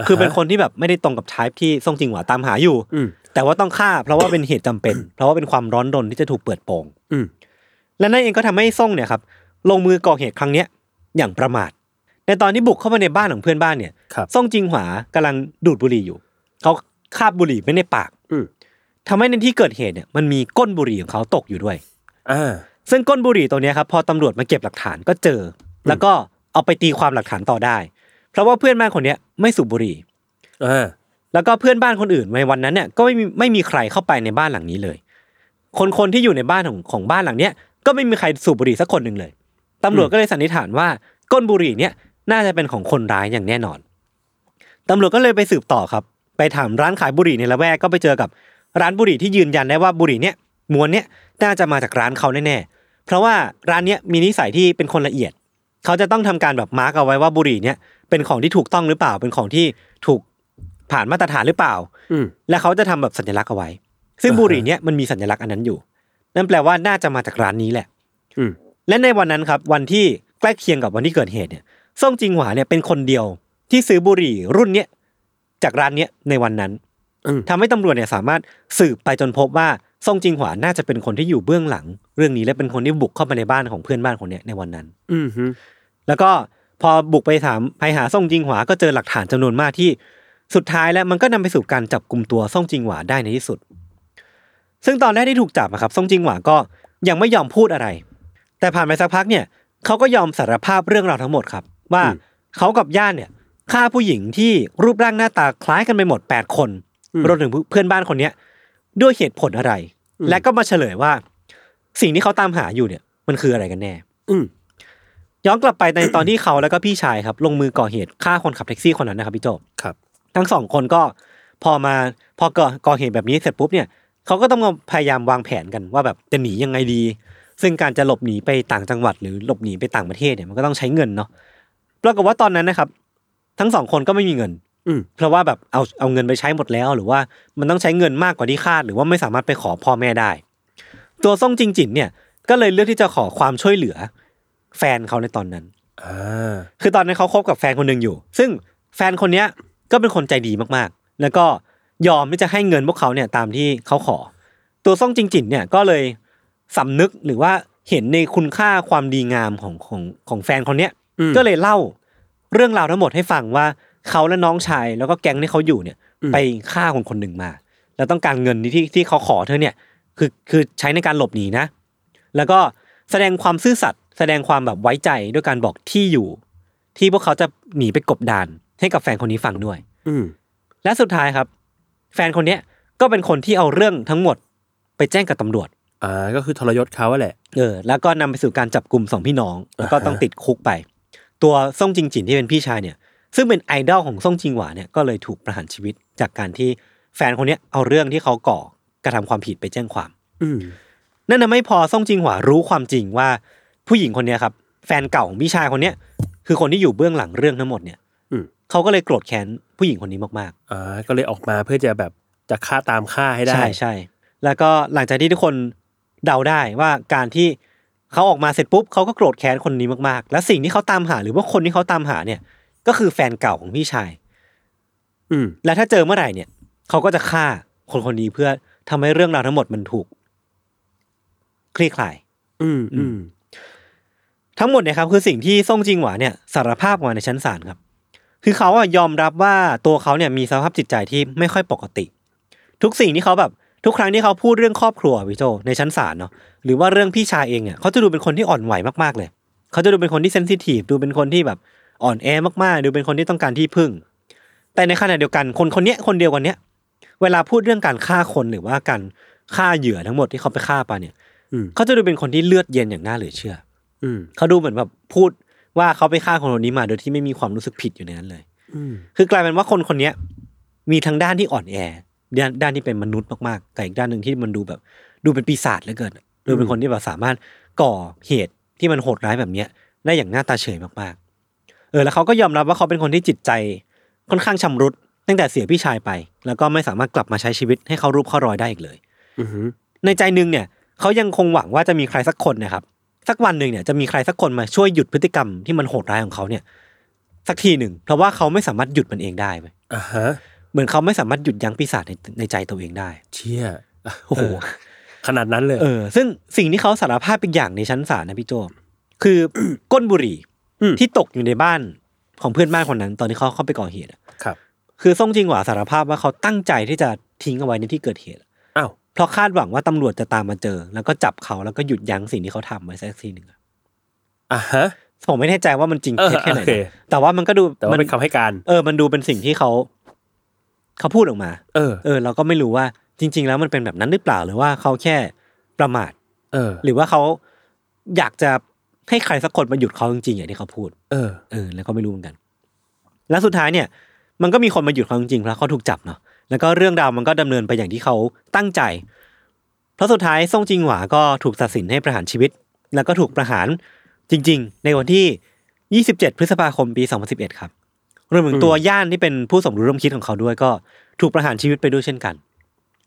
Speaker 4: าฮะ
Speaker 2: คือเป็นคนที่แบบไม่ได้ตรงกับไทป์ที่ซ่งจิงหวาตามหาอยู่
Speaker 4: อืม
Speaker 2: แต่ว่าต้องฆ่าเพราะว่าเป็นเหตุจำเป็น เพราะว่าเป็นความร้อนรนที่จะถูกเปิดโปง
Speaker 4: อืม
Speaker 2: และนั่นเองก็ทำให้ซ่งเนี่ยครับลงมือก่อเหตุครั้งเนี้ยอย่างประมาท ในตอนที่บุกเข้าไปในบ้านของเพื่อนบ้านเนี่ย
Speaker 4: ครับ
Speaker 2: ซ่งจิงหวากำลังดูดบุหรี่อยู่ เขาคาบบุหรี่ไว้ในปาก
Speaker 4: อืม
Speaker 2: ทำให้ในที่เกิดเหตุเนี่ยมันมีก้นบุหรี่ของเขาตกอยู่ด้วย
Speaker 4: อ่า
Speaker 2: ซึ่งก้นบุหรี่ตัวเนี้ยครับพอตำรวจมาเก็บหลักฐานก็เจอ แล้วก็เอาไปตีความหลักฐานต่อได้ เพราะว่าเพื่อนบ้านคนเนี้ยไม่สูบบุหรี่
Speaker 4: อ่า
Speaker 2: แล้วก็เพื่อนบ้านคนอื่นในวันนั้นเนี่ยก็ไม่มีไม่มีใครเข้าไปในบ้านหลังนี้เลย คนคนที่อยู่ในบ้านของของบ้านหลังเนี้ยก็ไม่มีใครสูบบุหรี่สักคนหนึ่งเลยตำรวจก็เลยสันนิษฐานว่าก้นบุหรี่เนี่ยน่าจะเป็นของคนร้ายอย่างแน่นอนตำรวจก็เลยไปสืบต่อครับ ไปถามร้านขายบุหรี่ในละแวกก็ไปเจอกับร้านบุหรี่ที่ยืนยันได้ว่าบุหรี่เนี่ยมวนเนี่ยน่าจะมาจากร้านเขาแน่ๆเพราะว่าร้านเนี้ยมีนิสัยที่เป็นคนละเอียด เขาจะต้องทำการแบบมาร์กเอาไว้ว่าบุหรี่เนี่ยเป็นของที่ถูกต้องหรือเปล่า เป็นของที่ถูกผ่านมาตรฐานหรือเปล่า
Speaker 4: อืม
Speaker 2: และเขาจะทำแบบสัญลักษณ์เอาไว้ ซึ่ง
Speaker 4: อ่าฮะ
Speaker 2: บุหรี่เนี่ยมันมีสัญลักษณ์อันนั้นอยู่ นั่นแปลว่าน่าจะมาจากร้านนี้แหละ
Speaker 4: อืม
Speaker 2: และในวันนั้นครับ วันที่ใกล้เคียงกับวันที่เกิดเหตุเนี่ยซ่งจิงหวาเนี่ยเป็นคนเดียวที่ซื้อบุหรี่รุ่นเนี้ยจากร้านเนี้ยในวันนั้น
Speaker 4: อืม
Speaker 2: ทำให้ตำรวจเนี่ยสามารถสืบไปจนพบว่าซ่งจิงหวาน่าจะเป็นคนที่อยู่เบื้องหลัง เรื่องนี้และเป็นคนที่บุกเข้ามาในบ้านของเพื่อนบ้านคนเนี้ยในวันนั้น
Speaker 4: อืมฮึ
Speaker 2: แล้วก็พอบุกไปถามไปหาซ่งจิงหวาก็เจอหลักฐานจำนวนมากที่สุดท้ายแล้วมันก็นำไปสู่การจับกลุ่มตัวซ่งจิงหวาได้ในที่สุด ซึ่งตอนแรกที่ถูกจับอะครับซ่งจิงหวาก็ยังไม่ยอมพูดอะไร แต่ผ่านไปสักพักเนี่ยเขาก็ยอมสารภาพเรื่องราวทั้งหมดครับ ว่าเขากับย่านเนี่ยฆ่าผู้หญิงที่รูปร่างหน้าตาคล้ายกันไปหมด 8 คนรวมถึงเพื่อนบ้านคนเนี้ยด้วยเหตุผลอะไร และก็มาเฉลยว่า สิ่งที่เขาตามหาอยู่เนี่ยมันคืออะไรกันแน่
Speaker 4: อืม
Speaker 2: ย้อนกลับไปใน ตอนที่เขาแล้วก็พี่ชายครับ ลงมือก่อเหตุฆ่าคนขับแท็กซี่คนนั้นนะครับพี่โจบ
Speaker 4: ครับ
Speaker 2: ทั้งสองคนก็พอมาพอก่อก่อเหตุแบบนี้เสร็จปุ๊บเนี่ยเขาก็ต้องมาพยายามวางแผนกันว่าแบบจะหนียังไงดี ซึ่งการจะหลบหนีไปต่างจังหวัด หรือหลบหนีไปต่างประเทศเนี่ยมันก็ต้องใช้เงินเนาะปรากฏว่าตอนนั้นนะครับ ทั้งสองคนก็ไม่มีเงิน
Speaker 4: อืม
Speaker 2: เพราะว่าแบบเอาเอาเงินไปใช้หมดแล้ว หรือว่ามันต้องใช้เงินมากกว่าที่คาด หรือว่าไม่สามารถไปขอพ่อแม่ได้ ตัวซ่งจิงจินเนี่ยก็เลยเลือกที่จะขอความช่วยเหลือ แฟนเขาในตอนนั้น
Speaker 4: อ่า
Speaker 2: คือตอนนั้นเขาคบกับแฟนคนหนึ่งอยู่ ซึ่งแฟนคนเนี้ยก็เป็นคนใจดีมากๆ แล้วก็ยอมที่จะให้เงินพวกเขาเนี่ยตามที่เขาขอ ตัวซ่องจิงจินเนี่ยก็เลยสำนึกหรือว่าเห็นในคุณค่าความดีงามของของของแฟนคนเนี้ย
Speaker 4: อืม
Speaker 2: ก็เลยเล่าเรื่องราวทั้งหมดให้ฟังว่าเขาและน้องชายแล้วก็แก๊งที่เขาอยู่เนี่ย
Speaker 4: อืม
Speaker 2: ไปฆ่าคนคนหนึ่งมา แล้วต้องการเงินที่ที่เขาขอเธอเนี่ย คือคือใช้ในการหลบหนีนะ แล้วก็แสดงความซื่อสัตย์แสดงความแบบไว้ใจด้วยการบอกที่อยู่ ที่พวกเขาจะหนีไปกบดาน ให้กับแฟนคนนี้ฟังด้วย
Speaker 4: อืม
Speaker 2: และสุดท้ายครับ แฟนคนเนี้ยก็เป็นคนที่เอาเรื่องทั้งหมดไปแจ้งกับตำรวจ
Speaker 4: อ่าก็คือทรยศเขาอะแหละ
Speaker 2: เออแล้วก็นำไปสู่การจับกลุ่มสองพี่น้อง แล้วก็
Speaker 4: อ่าฮะ
Speaker 2: ต้องติดคุกไป ตัวซ่งจิงจินที่เป็นพี่ชายเนี่ย ซึ่งเป็นไอดอลของซ่งจิงหวาเนี่ยก็เลยถูกประหารชีวิต จากการที่แฟนคนเนี้ยเอาเรื่องที่เขาก่อกระทำความผิดไปแจ้งความ
Speaker 4: อืม
Speaker 2: นั่นนะไม่พอซ่งจิงหวารู้ความจริงว่าผู้หญิงคนเนี้ยครับ แฟนเก่าของพี่ชายคนเนี้ยคือคนที่อยู่เบื้องหลังเรื่องทั้งหมดเนี่ย
Speaker 4: อืม
Speaker 2: เขาก็เลยโกรธแค้นผู้หญิงคนนี้มากๆ
Speaker 4: อ่าก็เลยออกมาเพื่อจะแบบจะฆ่าตามฆ่าให้ได้
Speaker 2: ใช่ใช่แล้วก็หลังจากที่ทุกคนเดาได้ว่าการที่เขาออกมาเสร็จปุ๊บเขาก็โกรธแค้นคนนี้มากๆ และสิ่งที่เขาตามหาหรือว่าคนที่เขาตามหาเนี่ย ก็คือแฟนเก่าของพี่ชาย
Speaker 4: อืม
Speaker 2: และถ้าเจอเมื่อไหร่เนี่ยเขาก็จะฆ่าคนคนนี้เพื่อทำให้เรื่องราวทั้งหมดมันถูก คลี่คลาย
Speaker 4: อืมอืม
Speaker 2: ทั้งหมดเนี่ยครับคือสิ่งที่ซ่งจิงหวาเนี่ยสารภาพออกมาในชั้นศาลครับ คือเขาอะยอมรับว่าตัวเขาเนี่ยมีสภาพจิตใจที่ไม่ค่อยปกติ ทุกสิ่งที่เขาแบบทุกครั้งที่เขาพูดเรื่องครอบครัววิโจในชั้นศาลเนาะหรือว่าเรื่องพี่ชายเองเนี่ยเขาจะดูเป็นคนที่อ่อนไหวมากๆเลย เขาจะดูเป็นคนที่เซนซิทีฟดูเป็นคนที่แบบอ่อนแอมากๆ ดูเป็นคนที่ต้องการที่พึ่ง แต่ในขณะเดียวกันคนคนเนี้ยคนเดียวกันเนี้ยเวลาพูดเรื่องการฆ่าคนหรือว่าการฆ่าเหยื่อทั้งหมดที่เขาไปฆ่าไปเนี่ย
Speaker 4: อืม
Speaker 2: เขาจะดูเป็นคนที่เลือดเย็นอย่างน่าเหลือเชื่อ
Speaker 4: อืม
Speaker 2: เขาดูเหมือนแบบพูดว่าเขาไปฆ่าคนคนนี้มาโดยที่ไม่มีความรู้สึกผิดอยู่ในนั้นเลย
Speaker 4: อืม
Speaker 2: คือกลายเป็นว่าคนคนเนี้ยมีทั้งด้านที่อ่อนแอด้านด้านที่เป็นมนุษย์มากๆกับอีกด้านหนึ่งที่มันดูแบบดูเป็นปีศาจเหลือเกินดูเป็นคนที่แบบสามารถก่อเหตุที่มันโหดร้ายแบบเนี้ยได้อย่างหน้าตาเฉยมากๆ เออ แล้วเขาก็ยอมรับว่าเขาเป็นคนที่จิตใจ ค่อนข้างชำรุด ตั้งแต่เสียพี่ชายไป แล้วก็ไม่สามารถกลับมาใช้ชีวิตให้เขารูปเขารอยได้อีกเลย
Speaker 4: อืมอืม
Speaker 2: ในใจหนึงเนี่ยเขายังคงหวังว่าจะมีใครสักคนนะครับ สักวันหนึ่งเนี่ยจะมีใครสักคนมาช่วยหยุดพฤติกรรมที่มันโหดร้ายของเขาเนี่ย สักทีหนึ่ง เพราะว่าเขาไม่สามารถหยุดมันเองได้เว้ย
Speaker 4: อ่าฮะ
Speaker 2: เหมือนเขาไม่สามารถหยุดยั้งปีศาจในในใจตัวเองได้
Speaker 4: เชี่ยโอ้โหขนาดนั้นเลย
Speaker 2: เออ ซึ่งสิ่งที่เขาสารภาพเป็นอย่างในชั้นศาลนะพี่โจคือ ก้นบุหรี่ที่ตกอยู่ในบ้านของเพื่อนบ้านคนนั้น ตอนที่เขาเข้าไปก่อเหตุอะ
Speaker 4: ครับ
Speaker 2: คือซ่งจิงหวาสารภาพว่าเขาตั้งใจที่จะทิ้งเอาไว้ในที่เกิดเหตุ
Speaker 4: อ้าว
Speaker 2: เพราะคาดหวังว่าตำรวจจะตามมาเจอ แล้วก็จับเขาแล้วก็หยุดยั้งสิ่งที่เขาทำไว้สักทีหนึ่งอะ
Speaker 4: อ่าฮะ
Speaker 2: ผมไม่แน่ใจว่ามันจริง
Speaker 4: เออ
Speaker 2: เท็จแค่ไหน
Speaker 4: โอเค
Speaker 2: นะแต่ว่ามันก็ดู
Speaker 4: แต่ว่า
Speaker 2: มั
Speaker 4: เป็นคำให้การ
Speaker 2: เออ มันดูเป็นสิ่งที่เขา เขาพูดออกมา
Speaker 4: เออ
Speaker 2: เออ เราก็ไม่รู้ว่าจริง ๆ แล้วมันเป็นแบบนั้นหรือเปล่าหรือว่าเขาแค่ประมาท
Speaker 4: เออ
Speaker 2: หรือว่าเขาอยากจะให้ใครสักคนมาหยุดเขาจริงๆอย่างที่เขาพูด
Speaker 4: เออ
Speaker 2: เออแล้วก็ไม่รู้เหมือนกัน แล้วสุดท้ายเนี่ย มันก็มีคนมาหยุดเขาจริงๆเพราะเขาถูกจับเนาะแล้วก็เรื่องราวมันก็ดำเนินไปอย่างที่เขาตั้งใจ เพราะสุดท้ายซ่งจิงหวาก็ถูกตัดสินให้ประหารชีวิต แล้วก็ถูกประหารจริง ๆ ในวันที่ 27 พฤษภาคมปี 2011 ครับรวมถึงตัวย่านที่เป็นผู้สมรู้ร่วมคิดของเขาด้วยก็ถูกประหารชีวิตไปด้วยเช่นกัน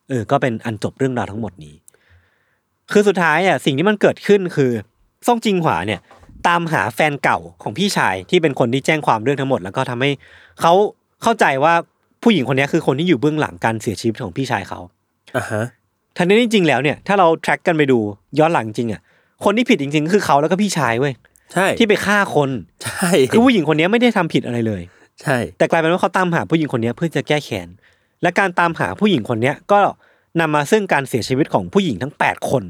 Speaker 2: เออ ก็เป็นอันจบเรื่องราวทั้งหมดนี้ คือสุดท้ายอ่ะสิ่งที่มันเกิดขึ้นคือซ่งจิงหวาเนี่ย ตามหาแฟนเก่าของพี่ชายที่เป็นคนที่แจ้งความเรื่องทั้งหมด แล้วก็ทำให้เขาเข้าใจว่าผู้หญิงคนนี้คือคนที่อยู่เบื้องหลังการเสียชีวิตของพี่ชายเขา
Speaker 4: อ่าฮะ
Speaker 2: ทันทีจริงๆแล้วเนี่ยถ้าเรา track กันไปดูย้อนหลังจริงอ่ะคนที่ผิดจริงๆก็คือเขาแล้วก็พี่ชายเว้ย
Speaker 4: ใช่
Speaker 2: ที่ไปฆ่าคน
Speaker 4: ใช่
Speaker 2: คือผู้หญิงคนนี้ไม่ได้ทำผิดอะไรเลย
Speaker 4: ใช่
Speaker 2: แต่กลายเป็นว่าเขาตามหาผู้หญิงคนนี้เพื่อจะแก้แค้นและการตามหาผู้หญิงคนนี้ก็นำมาซึ่งการเสียชีวิตของผู้หญิงทั้ง 8 คน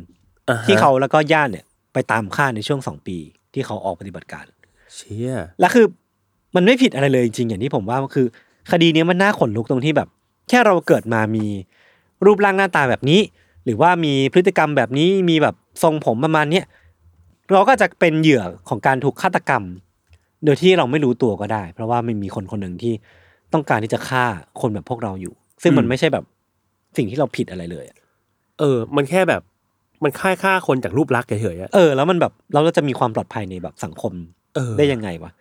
Speaker 4: อ่ฮะ
Speaker 2: ที่เขาแล้วก็ญาติเนี่ยไปตามฆ่าในช่วงสองปี ที่เขาออกปฏิบัติการ
Speaker 4: เชี่ย
Speaker 2: แล้วคือมันไม่ผิดอะไรเลยจริงๆอย่างที่ผมว่ามันคือ คดีเนี้ยมันน่าขนลุกตรงที่แบบ แค่เราเกิดมามีรูปร่างหน้าตาแบบนี้ หรือว่ามีพฤติกรรมแบบนี้มีแบบทรงผมประมาณเนี้ยเราก็จะเป็นเหยื่อของการถูกฆาตกรรม โดยที่เราไม่รู้ตัวก็ได้ เพราะว่ามันมีคนคนหนึ่งที่ต้องการที่จะฆ่าคนแบบพวกเราอยู่ ซึ่งมันไม่ใช่แบบสิ่งที่เราผิดอะไรเลยอะ
Speaker 4: เออ มันแค่แบบมันค่ายฆ่าคนจากรูปลักษณ์เฉยๆอะ
Speaker 2: เออ แล้วมันแบบเราจะมีความปลอดภัยในแบบสังคม
Speaker 4: เออ
Speaker 2: ได้ยังไงวะ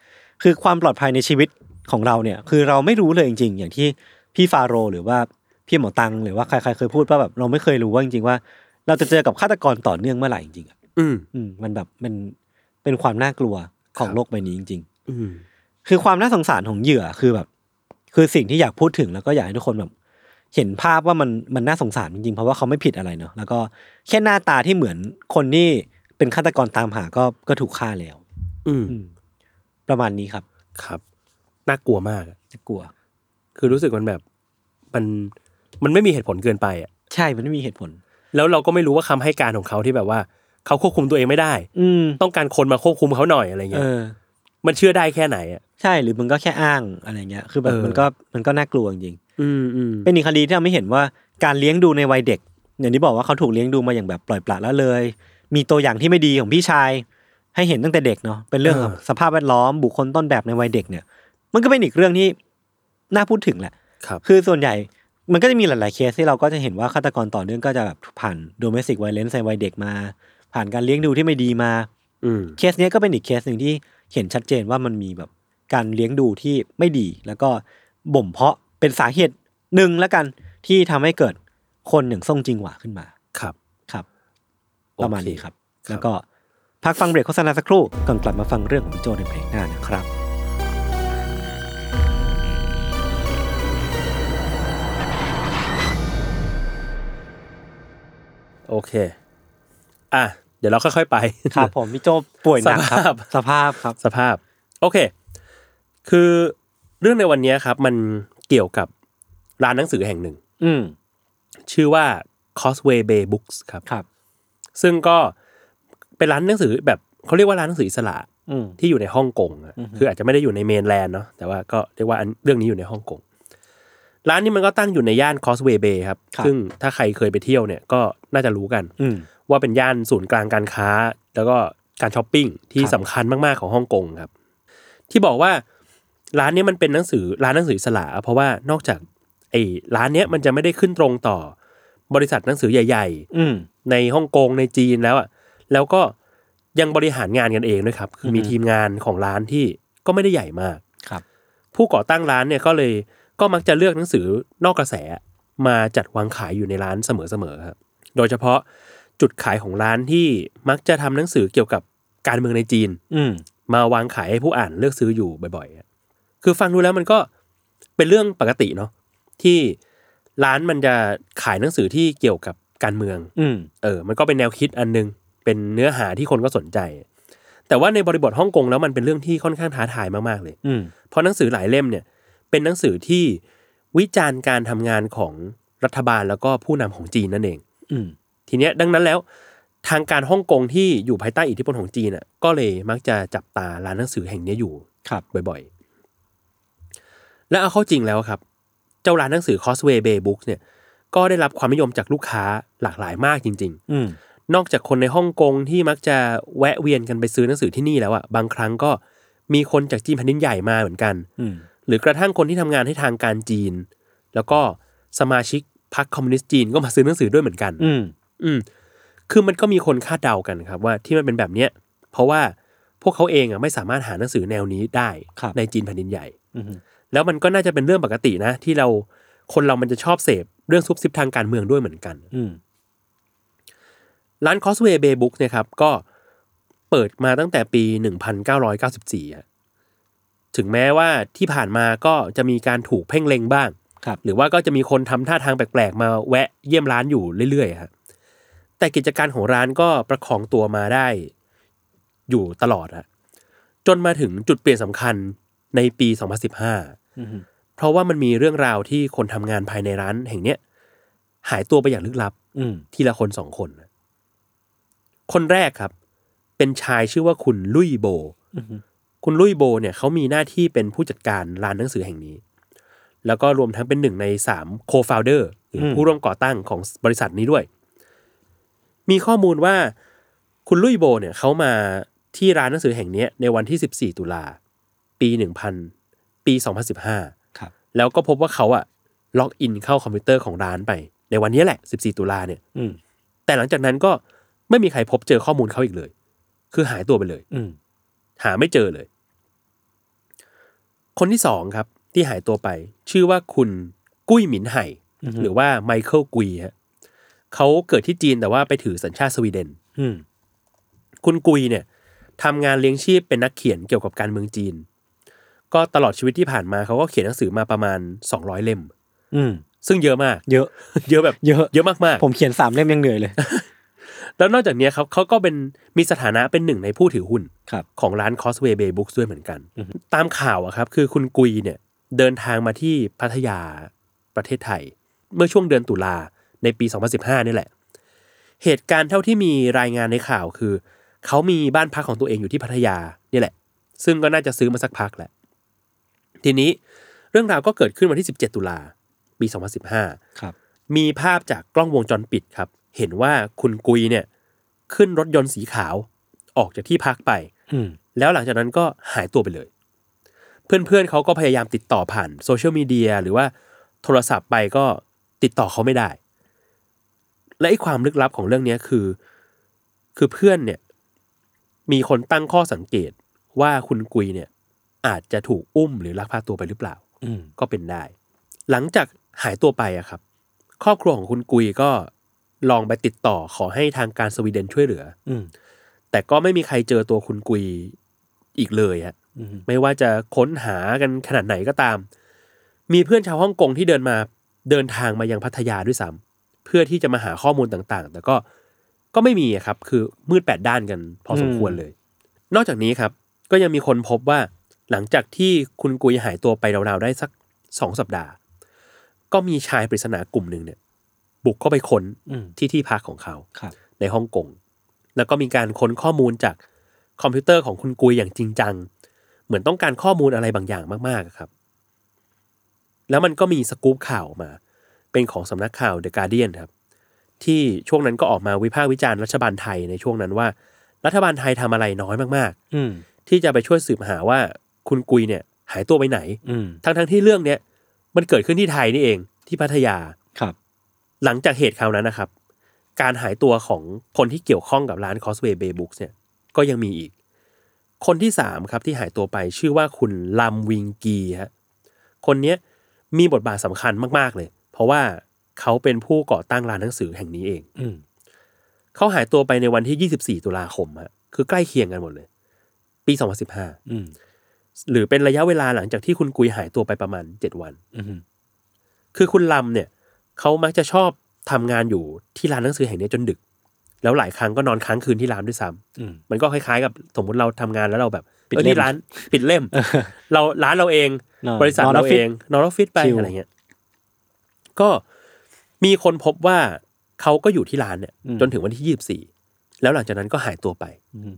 Speaker 2: คือความปลอดภัยในชีวิตของเราเนี่ย คือเราไม่รู้เลยจริง ๆ อย่างที่พี่ฟาโรห์หรือว่าพี่หมอตังหรือว่าใครๆเคยพูดว่าแบบเราไม่เคยรู้ว่าจริงๆว่า เราจะเจอกับฆาตกรต่อเนื่องเมื่อไหร่จริงๆอะ
Speaker 4: อืม
Speaker 2: อืมมันแบบมันเป็นความน่ากลัวของ
Speaker 4: ครับ
Speaker 2: โลกใบนี้จริง
Speaker 4: อืม
Speaker 2: ๆ คือความน่าสงสารของเหยื่อคือแบบ คือสิ่งที่อยากพูดถึงแล้วก็อยากให้ทุกคนแบบ เห็นภาพว่ามันมันน่าสงสารจริงๆ เพราะว่าเขาไม่ผิดอะไรเนาะแล้วก็แค่หน้าตาที่เหมือนคนที่เป็นฆาตกรตามหาก็ก็ถูกฆ่าแล้ว
Speaker 4: อืม
Speaker 2: อืม ประมาณนี้ครับ
Speaker 4: ครับน่ากลัวมากอะ
Speaker 2: จะกลัว
Speaker 4: คือรู้สึกมันแบบมันมันไม่มีเหตุผลเกินไปอ่ะ
Speaker 2: ใช่มันไม่มีเหตุผล
Speaker 4: แล้วเราก็ไม่รู้ว่าคำให้การของเขาที่แบบว่า เขาควบคุมตัวเองไม่ได้
Speaker 2: อืม
Speaker 4: ต้องการคนมาควบคุมเขาหน่อยอะไร
Speaker 2: เอ
Speaker 4: เงี้ย
Speaker 2: อ
Speaker 4: มันเชื่อได้แค่ไหนอ่ะ
Speaker 2: ใช่หรือมึงก็แค่อ้างอะไรเงี้ยคือแบบ
Speaker 4: เออ
Speaker 2: มันก็มันก็น่ากลัวจริง
Speaker 4: อืมอืม
Speaker 2: ๆเป็นอีกคดีที่ทำให้เห็นว่าการเลี้ยงดูในวัยเด็ก อย่างที่บอกว่าเขาถูกเลี้ยงดูมาอย่างแบบปล่อยปละละเลย มีตัวอย่างที่ไม่ดีของพี่ชาย ให้เห็นตั้งแต่เด็กเนาะเป็นเรื่องของสภาพแวดล้อมบุคคลต้นแบบในวัยเด็กเนี่ย มันก็เป็นอีกเรื่องที่น่าพูดถึงแหละ
Speaker 4: ครับ
Speaker 2: คือส่วนใหญ่มันก็จะมีหลาย ๆ เคสที่เราก็จะเห็นว่าฆาตกรต่อเนื่องก็จะแบบผ่าน domestic violence ในวัยเด็กมา ผ่านการเลี้ยงดูที่ไม่ดีมา
Speaker 4: อืม
Speaker 2: เคสเนี้ยก็เป็นอีกเคสหนึ่งที่เห็นชัดเจนว่ามันมีแบบการเลี้ยงดูที่ไม่ดี แล้วก็บ่มเพาะเป็นสาเหตุหนึ่งแล้วกันที่ทำให้เกิดคนอย่างซ่งจิงหวาขึ้นมา
Speaker 4: ครับ
Speaker 2: ครับ
Speaker 4: โอเ
Speaker 2: ประมาณนี้ครับ แล้วก็พักฟังเบรกโฆษณาสักครู่ก่อนกลับมาฟังเรื่องของพี่โจในเบรกหน้านะครับ
Speaker 4: โอเค อ่ะ เดี๋ยวเราค่อยๆไป
Speaker 2: ครับผมพี่โจป่วยหนักครับ สภาพครับ
Speaker 4: สภาพ โอเค คือเรื่องในวันนี้ครับ มันเกี่ยวกับร้านหนังสือแห่งหนึ่ง
Speaker 2: อืม
Speaker 4: ชื่อว่า Causeway Bay Books ครับ
Speaker 2: ครับ
Speaker 4: ซึ่งก็เป็นร้านหนังสือแบบเขาเรียกว่าร้านหนังสืออิสระ
Speaker 2: อืม
Speaker 4: ที่อยู่ในฮ่องกงอะ
Speaker 2: อือฮึ
Speaker 4: คืออาจจะไม่ได้อยู่ในเมนแลนด์เนาะแต่ว่าก็เรียกว่าอันเรื่องนี้อยู่ในฮ่องกงร้านนี้มันก็ตั้งอยู่ในย่าน Causeway Bay ครับ ซึ่งถ้าใครเคยไปเที่ยวเนี่ยก็น่าจะรู้กัน
Speaker 2: อืม
Speaker 4: ว่าเป็นย่านศูนย์กลางการค้า แล้วก็การช้อปปิ้งที่
Speaker 2: ครับ
Speaker 4: สำคัญมาก ๆ ของฮ่องกงครับ ที่บอกว่าร้านเนี้ยมันเป็นหนังสือร้านหนังสืออิสละ เพราะว่านอกจากไอ้ร้านเนี้ยมันจะไม่ได้ขึ้นตรงต่อบริษัทหนังสือใหญ่
Speaker 2: อืม
Speaker 4: ๆ ในฮ่องกงในจีนแล้วอ่ะแล้วก็ยังบริหารงานกันเองด้วยครับ คือมี
Speaker 2: อือฮึ
Speaker 4: ทีมงานของร้านที่ก็ไม่ได้ใหญ่มาก
Speaker 2: ครับ
Speaker 4: ผู้ก่อตั้งร้านเนี่ยก็เลยก็มักจะเลือกหนังสือนอกกระแสมาจัดวางขายอยู่ในร้านเสมอๆครับ โดยเฉพาะจุดขายของร้านที่มักจะทำหนังสือเกี่ยวกับการเมืองในจีน
Speaker 2: อืม
Speaker 4: มาวางขายให้ผู้อ่านเลือกซื้ออยู่บ่อยๆอะคือฟังดูแล้วมันก็เป็นเรื่องปกติเนาะที่ร้านมันจะขายหนังสือที่เกี่ยวกับการเมือง
Speaker 2: อืม
Speaker 4: เออ มันก็เป็นแนวคิดอันหนึง เป็นเนื้อหาที่คนก็สนใจ แต่ว่าในบริบทฮ่องกงแล้วมันเป็นเรื่องที่ค่อนข้างท้าทายมากๆเลย
Speaker 2: อืม
Speaker 4: เพราะหนังสือหลายเล่มเนี่ยเป็นหนังสือที่วิจารณ์การทำงานของรัฐบาลแล้วก็ผู้นำของจีนนั่นเอง
Speaker 2: อืม
Speaker 4: ทีเนี้ยดังนั้นแล้วทางการฮ่องกงที่อยู่ภายใต้อิทธิพลของจีนอ่ะก็เลยมักจะจับตาร้านหนังสือแห่งเนี้ยอยู่
Speaker 2: ครับ
Speaker 4: บ่อยๆ และเอาเข้าจริงแล้วครับ เจ้าร้านหนังสือ Cosway Bay Books เนี่ยก็ได้รับความนิยมจากลูกค้าหลากหลายมากจริง ๆ
Speaker 2: อืม
Speaker 4: นอกจากคนในฮ่องกงที่มักจะแวะเวียนกันไปซื้อหนังสือที่นี่แล้วอะบางครั้งก็มีคนจากจีนแผ่นดินใหญ่มาเหมือนกัน
Speaker 2: อืม
Speaker 4: หรือกระทั่งคนที่ทำงานให้ทางการจีน แล้วก็สมาชิกพรรคคอมมิวนิสต์จีนก็มาซื้อหนังสือด้วยเหมือนกัน
Speaker 2: อืม
Speaker 4: อืมคือมันก็มีคนคาดเดากันครับว่าที่มันเป็นแบบเนี้ยเพราะว่าพวกเขาเองอะไม่สามารถหาหนังสือแนวนี้ได้
Speaker 2: ครับ
Speaker 4: ในจีนแผ่นดินใหญ่
Speaker 2: อืม
Speaker 4: แล้วมันก็น่าจะเป็นเรื่องปกตินะ ที่เราคนเรามันจะชอบเสพเรื่องซุบซิบทางการเมืองด้วยเหมือนกัน
Speaker 2: อืม
Speaker 4: ร้าน Cosway Bay Book เนี่ยครับก็เปิดมาตั้งแต่ปี 1994อะถึงแม้ว่าที่ผ่านมาก็จะมีการถูกเพ่งเล็งบ้าง
Speaker 2: ครับ
Speaker 4: หรือว่าก็จะมีคนทำท่าทางแปลกๆ มาแวะเยี่ยมร้านอยู่เรื่อยๆฮะแต่กิจการของร้านก็ประคองตัวมาได้อยู่ตลอดฮะจนมาถึงจุดเปลี่ยนสำคัญในปี 2015
Speaker 2: อืม
Speaker 4: เพราะว่ามันมีเรื่องราวที่คนทำงานภายในร้านแห่งเนี้ยหายตัวไปอย่างลึกลับ
Speaker 2: อืม
Speaker 4: ทีละคนสองคนนะคนแรกครับ เป็นชายชื่อว่าคุณลุยโบ
Speaker 2: อืม
Speaker 4: คุณลุยโบเนี่ยเขามีหน้าที่เป็นผู้จัดการร้านหนังสือแห่งนี้ แล้วก็รวมทั้งเป็นหนึ่งในสามโคฟาวเดอร์หรืออ
Speaker 2: ม
Speaker 4: ผู้ร่วมก่อตั้งของบริษัทนี้ด้วย มีข้อมูลว่าคุณลุยโบเนี่ยเขามาที่ร้านหนังสือแห่งเนี้ยในวันที่ 14 ตุลา ปี1000ปี 2015
Speaker 2: ครับ
Speaker 4: แล้วก็พบว่าเขาอะล็อกอินเข้าคอมพิวเตอร์ของร้านไป ในวันนี้แหละ 14 ตุลาเนี่ย
Speaker 2: อืม
Speaker 4: แต่หลังจากนั้นก็ไม่มีใครพบเจอข้อมูลเขาอีกเลย คือหายตัวไปเลย
Speaker 2: อืม
Speaker 4: หาไม่เจอเลย คนที่สองครับ ที่หายตัวไป ชื่อว่าคุณกุ้ยหมินไห่
Speaker 2: อือฮึ
Speaker 4: หรือว่าไมเคิลกุยฮะเขาเกิดที่จีนแต่ว่าไปถือสัญชาติสวีเดน
Speaker 2: อืม
Speaker 4: คุณกุยเนี่ยทำงานเลี้ยงชีพเป็นนักเขียนเกี่ยวกับการเมืองจีน ก็ตลอดชีวิตที่ผ่านมาเขาก็เขียนหนังสือมาประมาณ 200 เล่ม
Speaker 2: อืม
Speaker 4: ซึ่งเยอะมาก
Speaker 2: เยอะ
Speaker 4: เยอะแบบ
Speaker 2: เยอะ
Speaker 4: เยอะมากๆ
Speaker 2: ผมเขียนสามเล่มยังเหนื่ อยเลย
Speaker 4: แล้วนอกจากเนี้ยครับเขาก็เป็นมีสถานะเป็นหนึ่งในผู้ถือหุ้น
Speaker 2: ครับ
Speaker 4: ของร้าน Cosway Bay Books ด้วยเหมือนกัน ตามข่าวอะครับ คือคุณกุยเนี่ยเดินทางมาที่พัทยาประเทศไทย เมื่อช่วงเดือนตุลาในปี 2015 นี่แหละ เหตุการณ์เท่าที่มีรายงานในข่าวคือ เขามีบ้านพักของตัวเองอยู่ที่พัทยานี่แหละ ซึ่งก็น่าจะซื้อมาสักพักแหละ ทีนี้เรื่องราวก็เกิดขึ้นวันที่ 17 ตุลาปี 2015
Speaker 2: ครับ
Speaker 4: มีภาพจากกล้องวงจรปิดครับ เห็นว่าคุณกุยเนี่ยขึ้นรถยนต์สีขาวออกจากที่พักไป
Speaker 2: อืม
Speaker 4: แล้วหลังจากนั้นก็หายตัวไปเลย เพื่อนๆเขาก็พยายามติดต่อผ่านโซเชียลมีเดียหรือว่าโทรศัพท์ไปก็ติดต่อเขาไม่ได้ และไอ้ความลึกลับของเรื่องเนี้ยคือ คือเพื่อนเนี่ย มีคนตั้งข้อสังเกตว่าคุณกุยเนี่ย อาจจะถูกอุ้มหรือลักพาตัวไปหรือเปล่า
Speaker 2: อืม
Speaker 4: ก็เป็นได้ หลังจากหายตัวไปอะครับ ครอบครัวของคุณกุยก็ลองไปติดต่อขอให้ทางการสวีเดนช่วยเหลือ
Speaker 2: อืม
Speaker 4: แต่ก็ไม่มีใครเจอตัวคุณกุยอีกเลยฮะ
Speaker 2: อืม
Speaker 4: ไม่ว่าจะค้นหากันขนาดไหนก็ตาม มีเพื่อนชาวฮ่องกงที่เดินมาเดินทางมายังพัทยาด้วยซ้ำเพื่อที่จะมาหาข้อมูลต่างๆ แต่ก็ก็ไม่มีอะครับ คือมืดแปดด้านกันพอสมควรเลย นอกจากนี้ครับ ก็ยังมีคนพบว่า หลังจากที่คุณกุยหายตัวไปราวๆได้สักสองสัปดาห์ ก็มีชายปริศนากลุ่มหนึ่งเนี่ย บุกเข้าไปค้น
Speaker 2: อืม
Speaker 4: ที่ที่พักของเขา
Speaker 2: ครับ
Speaker 4: ในฮ่องกง แล้วก็มีการค้นข้อมูลจากคอมพิวเตอร์ของคุณกุยอย่างจริงจัง เหมือนต้องการข้อมูลอะไรบางอย่างมากๆอะครับ แล้วมันก็มีสกู๊ปข่าวออกมา เป็นของสำนักข่าว The Guardian ครับ ที่ช่วงนั้นก็ออกมาวิพากษ์วิจารณ์รัฐบาลไทยในช่วงนั้นว่า รัฐบาลไทยทำอะไรน้อยมาก
Speaker 2: อืม
Speaker 4: ๆ ที่จะไปช่วยสืบหาว่าคุณกุยเนี่ย หายตัวไปไหน
Speaker 2: อืม
Speaker 4: ทั้งๆที่เรื่องเนี้ยมันเกิดขึ้นที่ไทยนี่เองที่พัทยา
Speaker 2: ครับ
Speaker 4: หลังจากเหตุคราวนั้นนะครับ การหายตัวของคนที่เกี่ยวข้องกับร้าน Cosway Bay Books เนี่ยก็ยังมีอีก คนที่สามครับที่หายตัวไปชื่อว่าคุณลัมวิงกีฮะคนเนี้ยมีบทบาทสำคัญมาก ๆ เลย เพราะว่าเขาเป็นผู้ก่อตั้งร้านหนังสือแห่งนี้เอง
Speaker 2: อืม
Speaker 4: เขาหายตัวไปในวันที่ 24 ตุลาคมฮะคือใกล้เคียงกันหมดเลย ปี
Speaker 2: อืม
Speaker 4: 2015 หรือเป็นระยะเวลาหลังจากที่คุณกุยหายตัวไปประมาณ 7 วัน
Speaker 2: อืม
Speaker 4: คือคุณลำเนี่ยเขามักจะชอบทำงานอยู่ที่ร้านหนังสือแห่งนี้จนดึก แล้วหลายครั้งก็นอนค้างคืนที่ร้านด้วยซ้ำ
Speaker 2: อืม
Speaker 4: มันก็คล้ายๆกับสมมติเราทำงานแล้วเราแบบ
Speaker 2: ปิด
Speaker 4: เออ
Speaker 2: เล่ม
Speaker 4: นี่ร้าน ปิดเล่ม เราร้านเราเอง
Speaker 2: นอน
Speaker 4: บริษัท
Speaker 2: นอนอ
Speaker 4: เรา
Speaker 2: อฟฟิศ
Speaker 4: เองนอนออฟฟิศไป
Speaker 2: ชิล
Speaker 4: อะไรเงี้ยก็มีคนพบว่าเขาก็อยู่ที่ร้านเนี่ย จนถึงวันที่ยี่สิบสี่แล้วหลังจากนั้นก็หายตัวไป
Speaker 2: อืม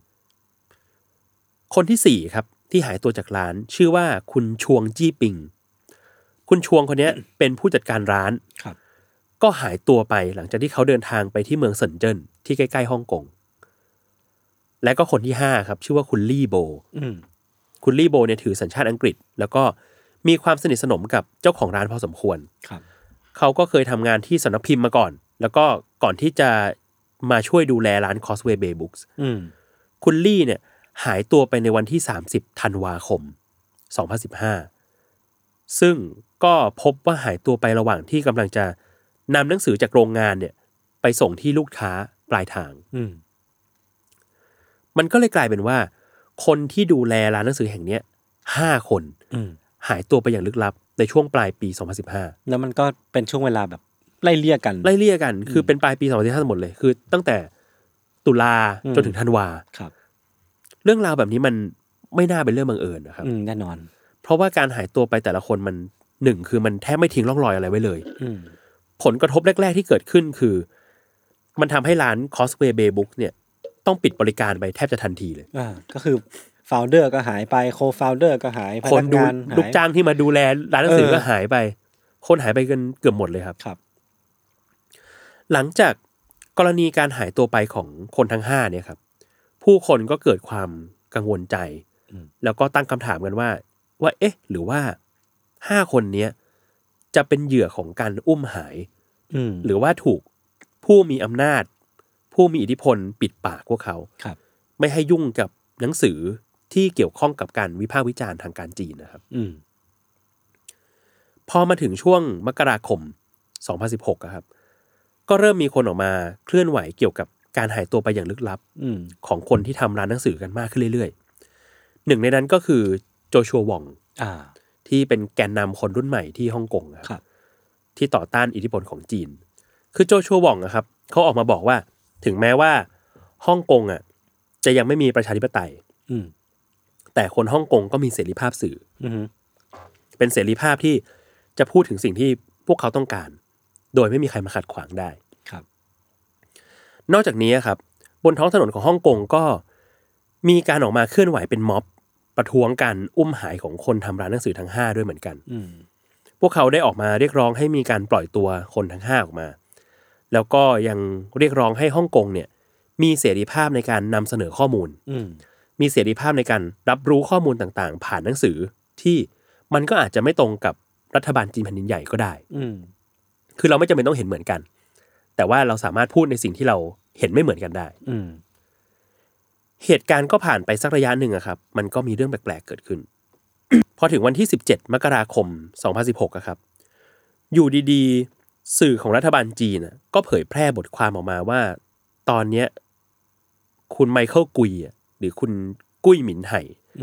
Speaker 4: คนที่สี่ครับ ที่หายตัวจากร้าน ชื่อว่าคุณชวงจี้ปิง คุณชวงคนเนี้ย เป็นผู้จัดการร้าน
Speaker 2: ครับ
Speaker 4: ก็หายตัวไปหลังจากที่เขาเดินทางไปที่เมืองเซินเจิ้นที่ใกล้ๆฮ่องกง และก็คนที่ห้าครับ ชื่อว่าคุณลี่โบ
Speaker 2: อืม
Speaker 4: คุณลี่โบเนี่ยถือสัญชาติอังกฤษ แล้วก็มีความสนิทสนมกับเจ้าของร้านพอสมควร
Speaker 2: ครับ
Speaker 4: เขาก็เคยทำงานที่สำนักพิมพ์มาก่อน แล้วก็ก่อนที่จะมาช่วยดูแลร้าน Cosway Bay Books
Speaker 2: อืม
Speaker 4: คุณลี่เนี่ยหายตัวไปในวันที่ 30 ธันวาคม 2015 ซึ่งก็พบว่าหายตัวไประหว่างที่กำลังจะนำหนังสือจากโรงงานเนี่ยไปส่งที่ลูกค้าปลายทาง
Speaker 2: อืม
Speaker 4: มันก็เลยกลายเป็นว่า คนที่ดูแลร้านหนังสือแห่งเนี้ยห้าคน
Speaker 2: อืม
Speaker 4: หายตัวไปอย่างลึกลับ ในช่วงปลายปี 2015
Speaker 2: แล้วมันก็เป็นช่วงเวลาแบบไล่เลี่ยกัน
Speaker 4: ไล่เลี่ยกันคือเป็นปลายปี 2015ทั้งหมดเลยคือ ตั้งแต่ตุลา
Speaker 2: อืม
Speaker 4: จนถึงธันวา
Speaker 2: ครับ
Speaker 4: เรื่องราวแบบนี้มันไม่น่าเป็นเรื่องบังเอิญนะครับ
Speaker 2: อืมแน่นอน
Speaker 4: เพราะว่าการหายตัวไปแต่ละคนมันหนึ่งคือมันแทบไม่ทิ้งร่องรอยอะไรไว้เลย
Speaker 2: อืม
Speaker 4: ผลกระทบแรก ๆ ที่เกิดขึ้นคือ มันทำให้ร้าน Cosplay Bay Book เนี่ย ต้องปิดบริการไปแทบจะทันทีเลย
Speaker 2: อ่าก็คือโฟลเดอร์ก็หายไปโคโฟลเดอร์ก็หายพ
Speaker 4: คน
Speaker 2: นัก
Speaker 4: ดู
Speaker 2: งานหย
Speaker 4: ลูกจ้างที่มาดูแลร้านหนังสือ
Speaker 2: เออ
Speaker 4: ก็หายไป คนหายไปกันเกือบหมดเลยครับ
Speaker 2: ครับ
Speaker 4: หลังจากกรณีการหายตัวไปของคนทั้งห้าเนี่ยครับ ผู้คนก็เกิดความกังวลใจ
Speaker 2: อืม
Speaker 4: แล้วก็ตั้งคำถามกันว่า ว่าเอ๊ะ หรือว่าห้าคนเนี้ยจะเป็นเหยื่อของการอุ้มหาย
Speaker 2: อืม
Speaker 4: หรือว่าถูกผู้มีอำนาจ ผู้มีอิทธิพลปิดปากพวกเขา
Speaker 2: ครับ
Speaker 4: ไม่ให้ยุ่งกับหนังสือที่เกี่ยวข้องกับการวิพากษ์วิจารณ์ทางการจีนนะครับ
Speaker 2: อืม
Speaker 4: พอมาถึงช่วงมกราคม 2016อะครับ ก็เริ่มมีคนออกมาเคลื่อนไหวเกี่ยวกับการหายตัวไปอย่างลึกลับ
Speaker 2: อืม
Speaker 4: ของคนที่ทำร้านหนังสือกันมากขึ้นเรื่อยๆ หนึ่งในนั้นก็คือโจชัววอง
Speaker 2: อ่า
Speaker 4: ที่เป็นแกนนำคนรุ่นใหม่ที่ฮ่องกงอะครับ
Speaker 2: ครับ
Speaker 4: ที่ต่อต้านอิทธิพลของจีน คือโจชัวหว่องนะครับ เขาออกมาบอกว่า ถึงแม้ว่าฮ่องกงอ่ะจะยังไม่มีประชาธิปไตย
Speaker 2: อืม
Speaker 4: แต่คนฮ่องกงก็มีเสรีภาพสื่อ
Speaker 2: อืม
Speaker 4: เป็นเสรีภาพที่จะพูดถึงสิ่งที่พวกเขาต้องการ โดยไม่มีใครมาขัดขวางได้
Speaker 2: ครับ
Speaker 4: นอกจากนี้ครับ บนท้องถนนของฮ่องกงก็มีการออกมาเคลื่อนไหวเป็นม็อบ ประท้วงการอุ้มหายของคนทำร้านหนังสือทั้ง 5 ด้วยเหมือนกัน
Speaker 2: อืม
Speaker 4: พวกเขาได้ออกมาเรียกร้องให้มีการปล่อยตัวคนทั้ง 5 ออกมา แล้วก็ยังเรียกร้องให้ฮ่องกงเนี่ยมีเสรีภาพในการนำเสนอข้อมูล
Speaker 2: อืม
Speaker 4: มีเสรีภาพในการรับรู้ข้อมูลต่างๆ ผ่านหนังสือที่มันก็อาจจะไม่ตรงกับรัฐบาลจีนแผ่นดินใหญ่ก็ได้
Speaker 2: อืม
Speaker 4: คือเราไม่จำเป็นต้องเห็นเหมือนกัน แต่ว่าเราสามารถพูดในสิ่งที่เราเห็นไม่เหมือนกันได้
Speaker 2: อืม
Speaker 4: เหตุการณ์ก็ผ่านไปสักระยะหนึ่งอะครับ มันก็มีเรื่องแปลกๆเกิดขึ้น พอถึงวันที่ 17 มกราคม 2016อะครับ อยู่ดีๆ สื่อของรัฐบาลจีนอะก็เผยแพร่บทความออกมาว่า ตอนเนี้ยคุณไมเคิลกุยอะหรือคุณกุ้ยหมินไห่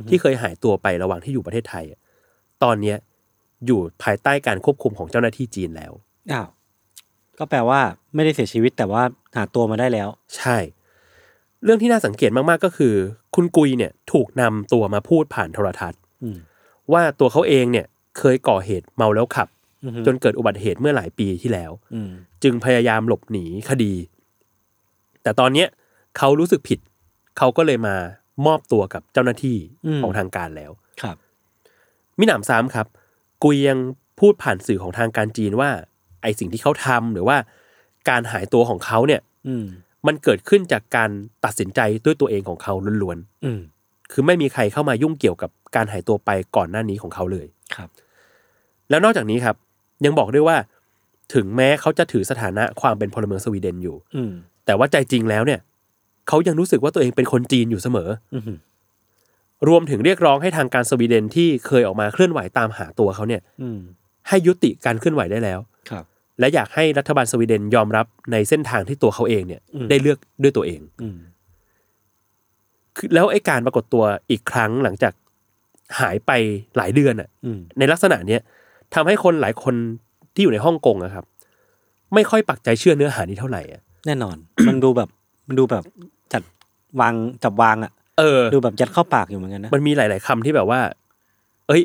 Speaker 4: ที่เคยหายตัวไประหว่างที่อยู่ประเทศไทยอะตอนเนี้ยอยู่ภายใต้การควบคุมของเจ้าหน้าที่จีนแล้ว
Speaker 2: อ้าวก็แปลว่าไม่ได้เสียชีวิตแต่ว่าหาตัวมาได้แล้ว
Speaker 4: ใช่ เรื่องที่น่าสังเกตมากๆก็คือ คุณกุยเนี่ยถูกนำตัวมาพูดผ่านโทรทัศน์
Speaker 2: อืม
Speaker 4: ว่าตัวเขาเองเนี่ยเคยก่อเหตุเมาแล้วขับ
Speaker 2: อืม
Speaker 4: จนเกิดอุบัติเหตุเมื่อหลายปีที่แล้ว
Speaker 2: อืม
Speaker 4: จึงพยายามหลบหนีคดี แต่ตอนเนี้ยเขารู้สึกผิด เขาก็เลยมามอบตัวกับเจ้าหน้าที่ของทางการแล้ว
Speaker 2: ครับ
Speaker 4: มิหนำซ้ำครับ กุยยังพูดผ่านสื่อของทางการจีนว่า ไอสิ่งที่เขาทำหรือว่าการหายตัวของเขาเนี่ย
Speaker 2: อืม
Speaker 4: มันเกิดขึ้นจากการตัดสินใจด้วยตัวเองของเขาล้วน
Speaker 2: อืม
Speaker 4: ๆ คือไม่มีใครเข้ามายุ่งเกี่ยวกับการหายตัวไปก่อนหน้านี้ของเขาเลย
Speaker 2: ครับ
Speaker 4: แล้วนอกจากนี้ครับ ยังบอกด้วยว่า ถึงแม้เขาจะถือสถานะความเป็นพลเมืองสวีเดนอยู่
Speaker 2: อืม
Speaker 4: แต่ว่าใจจริงแล้วเนี่ย เขายังรู้สึกว่าตัวเองเป็นคนจีนอยู่เสมอ
Speaker 2: อืม
Speaker 4: รวมถึงเรียกร้องให้ทางการสวีเดนที่เคยออกมาเคลื่อนไหวตามหาตัวเขาเนี่ย
Speaker 2: อืม
Speaker 4: ให้ยุติการเคลื่อนไหวได้แล้ว
Speaker 2: ครับ
Speaker 4: และอยากให้รัฐบาลสวีเดนยอมรับในเส้นทางที่ตัวเขาเองเนี่ย
Speaker 2: อืม
Speaker 4: ได้เลือกด้วยตัวเอง
Speaker 2: อืม
Speaker 4: คือแล้วไอ้การปรากฏตัวอีกครั้งหลังจากหายไปหลายเดือนอ่ะ
Speaker 2: อืม
Speaker 4: ในลักษณะเนี้ยทำให้คนหลายคนที่อยู่ในฮ่องกงอะครับ ไม่ค่อยปักใจเชื่อเนื้อหานี้เท่าไหร่อะ
Speaker 2: แน่นอน มันดูแบบมันดูแบบจัดวางจับวางอ่ะ
Speaker 4: เออ
Speaker 2: ดูแบบยัดเข้าปากอยู่เหมือนกันนะ
Speaker 4: มันมีหลาย ๆคำที่แบบว่า เอ้ย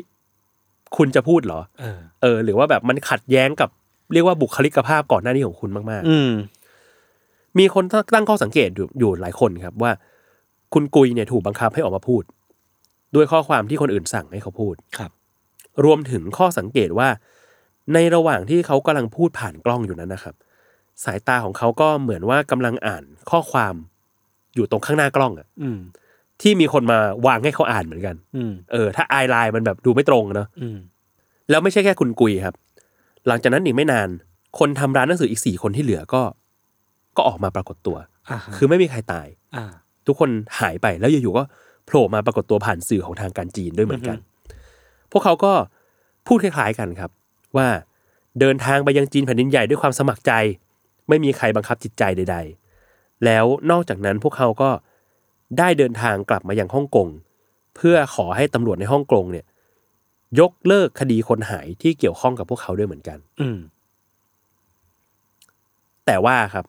Speaker 4: คุณจะพูดเหรอ
Speaker 2: เออ
Speaker 4: เออ หรือว่าแบบมันขัดแย้งกับเรียกว่าบุคลิกภาพก่อนหน้านี้ของคุณมาก
Speaker 2: อืม
Speaker 4: ๆ มีคนตั้งข้อสังเกตอยู่อยู่หลายคนครับว่า คุณกุยเนี่ยถูกบังคับให้ออกมาพูด ด้วยข้อความที่คนอื่นสั่งให้เขาพูด
Speaker 2: ครับ
Speaker 4: รวมถึงข้อสังเกตว่า ในระหว่างที่เขากำลังพูดผ่านกล้องอยู่นั้นนะครับ สายตาของเขาก็เหมือนว่ากำลังอ่านข้อความอยู่ตรงข้างหน้ากล้องอะ
Speaker 2: อืม
Speaker 4: ที่มีคนมาวางให้เขาอ่านเหมือนกัน
Speaker 2: อืม
Speaker 4: เออ ถ้าไอไลน์มันแบบดูไม่ตรงอะเนาะ
Speaker 2: อืม
Speaker 4: แล้วไม่ใช่แค่คุณกุยครับ หลังจากนั้นอีกไม่นาน คนทำร้านหนังสืออีกสี่คนที่เหลือก็ ก็ออกมาปรากฏตัว
Speaker 2: อ่าฮะ
Speaker 4: คือไม่มีใครตาย
Speaker 2: อ่า
Speaker 4: ทุกคนหายไปแล้วอยู่ๆก็โผล่มาปรากฏตัวผ่านสื่อของทางการจีนด้วยเหมือนกัน พวกเขาก็พูดคล้ายๆกันครับ ว่าเดินทางไปยังจีนแผ่นดินใหญ่ด้วยความสมัครใจ ไม่มีใครบังคับจิตใจใด ๆ แล้วนอกจากนั้นพวกเขาก็ได้เดินทางกลับมายังฮ่องกงเพื่อขอให้ตำรวจในฮ่องกงเนี่ย ยกเลิกคดีคนหายที่เกี่ยวข้องกับพวกเขาด้วยเหมือนกัน
Speaker 2: อืม
Speaker 4: แต่ว่าครับ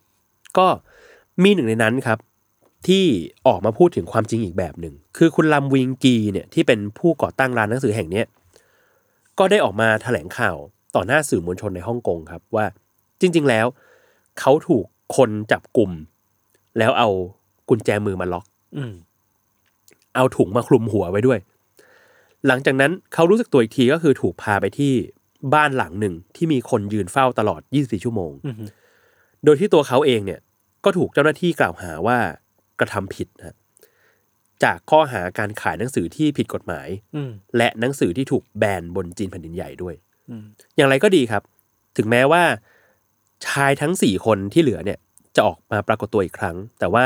Speaker 4: ก็มีหนึ่งในนั้นครับ ที่ออกมาพูดถึงความจริงอีกแบบหนึ่ง คือคุณลำวิงกีเนี่ยที่เป็นผู้ก่อตั้งร้านหนังสือแห่งเนี้ยก็ได้ออกมาแถลงข่าวต่อหน้าสื่อมวลชนในฮ่องกงครับ ว่าจริง ๆ แล้ว เขาถูกคนจับกลุ่ม แล้วเอากุญแจมือมาล็อก
Speaker 2: อืม
Speaker 4: เอาถุงมาคลุมหัวไว้ด้วย หลังจากนั้นเขารู้สึกตัวอีกทีก็คือถูกพาไปที่บ้านหลังหนึ่งที่มีคนยืนเฝ้าตลอด 24 ชั่วโมง
Speaker 2: อืม
Speaker 4: โดยที่ตัวเขาเองเนี่ยก็ถูกเจ้าหน้าที่กล่าวหาว่ากระทำผิดนะฮะจากข้อหาการขายหนังสือที่ผิดกฎหมาย
Speaker 2: อืม
Speaker 4: และหนังสือที่ถูกแบนบนจีนแผ่นดินใหญ่ด้วย
Speaker 2: อืม
Speaker 4: อย่างไรก็ดีครับ ถึงแม้ว่า ชายทั้งสี่คนที่เหลือเนี่ย จะออกมาปรากฏตัวอีกครั้ง แต่ว่า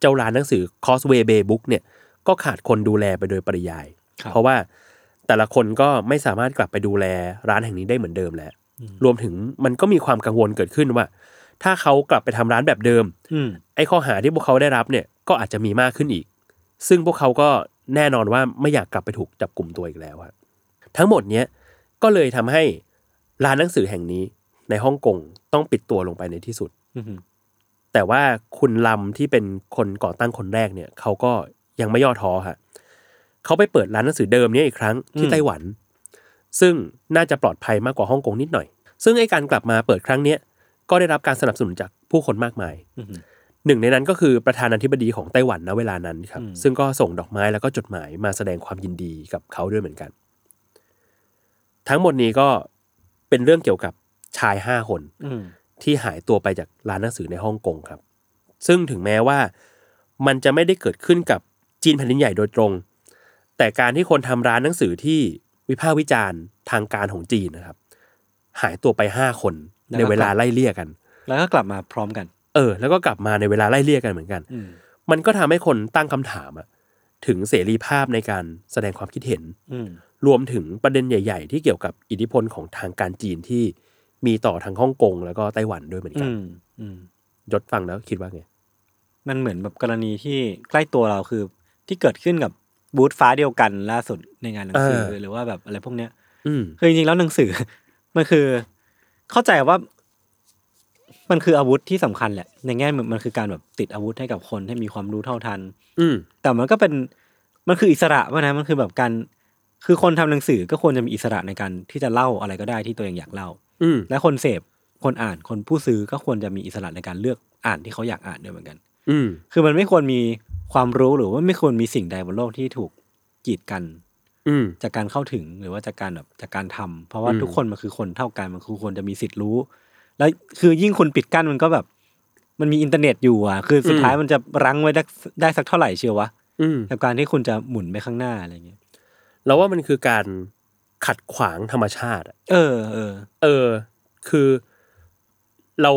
Speaker 4: เจ้าร้านหนังสือ Causeway Bay Book เนี่ยก็ขาดคนดูแลไปโดยปริยาย
Speaker 2: ครับ
Speaker 4: เพราะว่าแต่ละคนก็ไม่สามารถกลับไปดูแลร้านแห่งนี้ได้เหมือนเดิมแล้ว รวมถึงมันก็มีความกังวลเกิดขึ้นว่า ถ้าเขากลับไปทำร้านแบบเดิม
Speaker 2: อืม
Speaker 4: ไอ้ข้อหาที่พวกเขาได้รับเนี่ยก็อาจจะมีมากขึ้นอีก ซึ่งพวกเขาก็แน่นอนว่าไม่อยากกลับไปถูกจับกลุ่มตัวอีกแล้วฮะทั้งหมดเนี้ยก็เลยทำให้ร้านหนังสือแห่งนี้ในฮ่องกงต้องปิดตัวลงไปในที่สุด
Speaker 2: อืม
Speaker 4: แต่ว่าคุณลำที่เป็นคนก่อตั้งคนแรกเนี่ยเขาก็ยังไม่ย่อท้อฮะเขาไปเปิดร้านหนังสือเดิมเนี้อีกครั้งที่
Speaker 2: อืม
Speaker 4: ไต้หวัน ซึ่งน่าจะปลอดภัยมากกว่าฮ่องกงนิดหน่อย ซึ่งไอ้การกลับมาเปิดครั้งเนี้ยก็ได้รับการสนับสนุนจากผู้คนมากมาย
Speaker 2: อืม
Speaker 4: หนึ่งในนั้นก็คือประธานาธิบดีของไต้หวันณเวลานั้นครับ
Speaker 2: อืม
Speaker 4: ซึ่งก็ส่งดอกไม้แล้วก็จดหมายมาแสดงความยินดีกับเขาด้วยเหมือนกัน ทั้งหมดนี้ก็เป็นเรื่องเกี่ยวกับชายห้าคน
Speaker 2: อืม
Speaker 4: ที่หายตัวไปจากร้านหนังสือในฮ่องกงครับ ซึ่งถึงแม้ว่ามันจะไม่ได้เกิดขึ้นกับจีนแผ่นดินใหญ่โดยตรง แต่การที่คนทำร้านหนังสือที่วิพากษ์วิจารณ์ทางการของจีนนะครับ หายตัวไปห้าคนในเวลาไล่เลี่ยกัน
Speaker 2: แล้วก็กลับมาพร้อมกัน
Speaker 4: เออ แล้วก็กลับมาในเวลาไล่เลี่ยกันเหมือนกัน
Speaker 2: อืม
Speaker 4: มันก็ทำให้คนตั้งคำถามอะถึงเสรีภาพในการแสดงความคิดเห็น
Speaker 2: อืม
Speaker 4: รวมถึงประเด็นใหญ่ ๆ ที่เกี่ยวกับอิทธิพลของทางการจีนที่มีต่อทางฮ่องกงแล้วก็ไต้หวันด้วยเหมือนกั
Speaker 2: อื
Speaker 4: น
Speaker 2: มอืม
Speaker 4: ยศฟังแล้วคิดว่าไง
Speaker 2: มันเหมือนแบบกรณีที่ใกล้ตัวเราคือ ที่เกิดขึ้นกับบูธฟ้าเดียวกันล่าสุดในงานหนังสือ
Speaker 4: เออ
Speaker 2: หรือว่าแบบอะไรพวกเนี้ย
Speaker 4: อืม
Speaker 2: คือจริงๆแล้วหนังสือ มันคือเข้าใจว่า มันคืออาวุธที่สำคัญแหละในแง่มันมันคือการแบบติดอาวุธให้กับคนให้มีความรู้เท่าทัน
Speaker 4: อืม
Speaker 2: แต่มันก็เป็นมันคืออิสระวะนะมันคือแบบการคือคนทำหนังสือก็ควรจะมีอิสระในการที่จะเล่าอะไรก็ได้ที่ตัวเองอยากเล่า
Speaker 4: อืม
Speaker 2: และคนเสพคนอ่านคนผู้ซื้อก็ควรจะมีอิสระในการเลือกอ่านที่เขาอยากอ่านด้วยเหมือนกัน
Speaker 4: อืม
Speaker 2: คือมันไม่ควรมีความรู้หรือว่าไม่ควรมีสิ่งใดบนโลกที่ถูกกีดกัน
Speaker 4: อืม
Speaker 2: จากการเข้าถึงหรือว่าจากการแบบจากการทำเพราะว่า
Speaker 4: อืม
Speaker 2: ทุกคนมันคือคนเท่ากันมันคือควรจะมีสิทธิ์รู้ แล้วคือยิ่งคุณปิดกั้นมันก็แบบ มันมีอินเทอร์เน็ตอยู่อ่ะคือสุดท้ายมันจะรั้งไว้ได้ได้สักเท่าไหร่เชียววะ
Speaker 4: อืม
Speaker 2: กับการที่คุณจะหมุนไปข้างหน้าอะไรเงี้ย
Speaker 4: เราว่ามันคือการขัดขวางธรรมชาติอะ
Speaker 2: เออเออ
Speaker 4: เออ คือเรา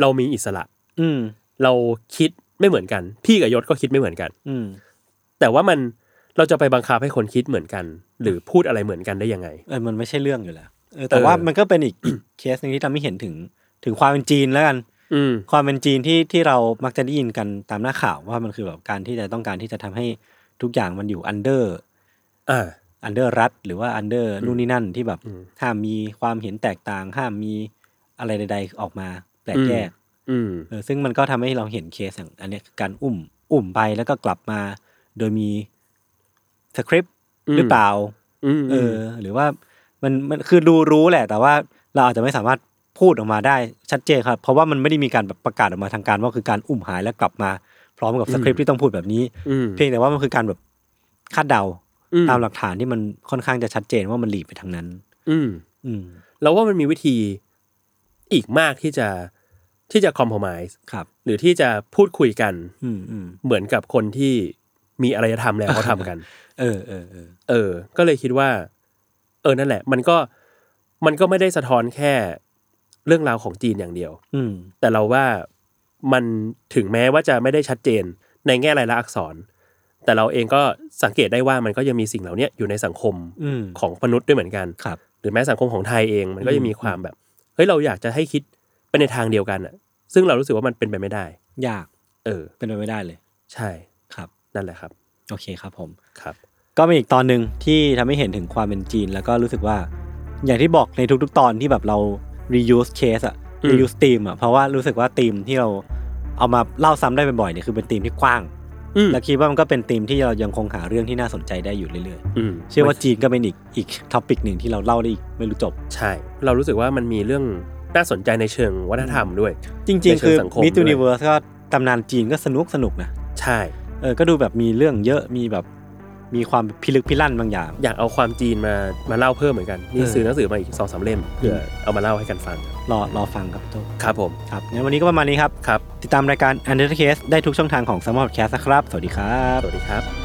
Speaker 4: เรามีอิสระ
Speaker 2: อืม
Speaker 4: เราคิดไม่เหมือนกัน พี่กับยศก็คิดไม่เหมือนกัน
Speaker 2: อืม
Speaker 4: แต่ว่ามันเราจะไปบังคับให้คนคิดเหมือนกัน หรือพูดอะไรเหมือนกันได้ยังไง
Speaker 2: เออมันไม่ใช่เรื่องอยู่แล้วเออแต่ว่า
Speaker 4: เออ
Speaker 2: มันก็เป็นอีก อีกเคสหนึ่งที่ทำให้เห็นถึงถึงความเป็นจีนแล้วกัน
Speaker 4: อืม
Speaker 2: ความเป็นจีนที่ที่เรามักจะได้ยินกันตามหน้าข่าวว่ามันคือแบบการที่จะต้องการที่จะทำให้ทุกอย่างมันอยู่อันเดอร์
Speaker 4: อ่า
Speaker 2: อันเดอร์รัฐหรือว่าอันเดอร์นู่นนี่นั่นที่แบบ
Speaker 4: อืม
Speaker 2: ห้ามมีความเห็นแตกต่าง ห้ามมีอะไรใด ๆ ออกมาแปลกแยก
Speaker 4: ม อืม
Speaker 2: เออซึ่งมันก็ทำให้เราเห็นเคสอย่างอันเนี้ยคือการอุ้มอุ้มไปแล้วก็กลับมา โดยมีสคริปต์
Speaker 4: อืม
Speaker 2: หรือเปล่า
Speaker 4: อืม
Speaker 2: เอออ หรือว่ามันมันคือดูรู้แหละ แต่ว่าเราอาจจะไม่สามารถพูดออกมาได้ชัดเจนครับ เพราะว่ามันไม่ได้มีการแบบประกาศออกมาทางการว่าคือการอุ้มหายแล้วกลับมา พร้อมกับสคริปต์ที่ต้องพูดแบบนี้
Speaker 4: อืม
Speaker 2: เพียงแต่ว่ามันคือการแบบคาดเดา
Speaker 4: อื
Speaker 2: ตามหลักฐานที่มันค่อนข้างจะชัดเจนว่ามันหลีกไปทางนั้น
Speaker 4: อืม
Speaker 2: อืม
Speaker 4: เราว่ามันมีวิธีอีกมากที่จะที่จะคอม p r o m i s e
Speaker 2: ครับ
Speaker 4: หรือที่จะพูดคุยกัน
Speaker 2: อืมอืม
Speaker 4: เหมือนกับคนที่มีอารยธรร มแล้วเขาทำกัน
Speaker 2: เออเออเออ
Speaker 4: เออ ก็เลยคิดว่า เออนั่นแหละ มันก็มันก็ไม่ได้สะท้อนแค่เรื่องราวของจีนอย่างเดียว
Speaker 2: อืม
Speaker 4: แต่เราว่ามันถึงแม้ว่าจะไม่ได้ชัดเจนในแง่รายละอักษร แต่เราเองก็สังเกตได้ว่ามันก็ยังมีสิ่งเหล่าเนี้ยอยู่ในสังคม
Speaker 2: อืม
Speaker 4: ของมนุษย์ด้วยเหมือนกัน
Speaker 2: ครับ
Speaker 4: หรือแม้สังคมของไทยเองมันก็
Speaker 2: อืม
Speaker 4: ยังมีความแบบเฮ้ยเราอยากจะให้คิดไปในทางเดียวกันอะซึ่งเรารู้สึกว่ามันเป็นไปไม่ได้
Speaker 2: ยาก
Speaker 4: เออ
Speaker 2: เป็นไปไม่ได้เลย
Speaker 4: ใช่
Speaker 2: ครับ
Speaker 4: นั่นแหละครับ
Speaker 2: โอเคครับผม
Speaker 4: ครับ
Speaker 2: ก็เป็นอีกตอนหนึ่งที่ทำให้เห็นถึงความเป็นจีน แล้วก็รู้สึกว่า อย่างที่บอกในทุก ๆ ตอนที่แบบเรา reuse case อะ
Speaker 4: อืม
Speaker 2: reuse theme อะเพราะว่ารู้สึกว่าธีมที่เราเอามาเล่าซ้ำได้บ่อยๆเนี่ยคือเป็นธีมที่กว้าง
Speaker 4: อืม
Speaker 2: และคิดว่ามันก็เป็นธีมที่เรายังคงหาเรื่องที่น่าสนใจได้อยู่เรื่อย
Speaker 4: อืม
Speaker 2: ๆ เชื่อว่าจีนก็เป็นอีกอีกท็อปิกหนึ่งที่เราเล่าได้อีกไม่รู้จบ
Speaker 4: ใช่ เรารู้สึกว่ามันมีเรื่องน่าสนใจในเชิงวัฒนธรรมด้วย
Speaker 2: จริงๆ
Speaker 4: ในเชิง
Speaker 2: คือ
Speaker 4: สังคม
Speaker 2: มิสยู
Speaker 4: ด้วย
Speaker 2: นิเวิร์สก็ตำนานจีนก็สนุกสนุกนะ
Speaker 4: ใช่
Speaker 2: เออก็ดูแบบมีเรื่องเยอะมีแบบมีความพิลึกพิลั่นบางอย่าง
Speaker 4: อยากเอาความจีนมามาเล่าเพิ่มเหมือนกัน นี่
Speaker 2: เออ
Speaker 4: ซื้อหนังสือมาอีกสองสามเล่มเพื่อเอามาเล่าให้กันฟัง
Speaker 2: รอรอฟังครับพี่โต
Speaker 4: ครับผม
Speaker 2: ครับงั้นวันนี้ก็ประมาณนี้ครับ
Speaker 4: ครับ
Speaker 2: ติดตามรายการ u n d e r t a s e ได้ทุกช่องทางของ s ม m e r Cast นะครับ สวัสดีครับ
Speaker 4: สวัสดีครับ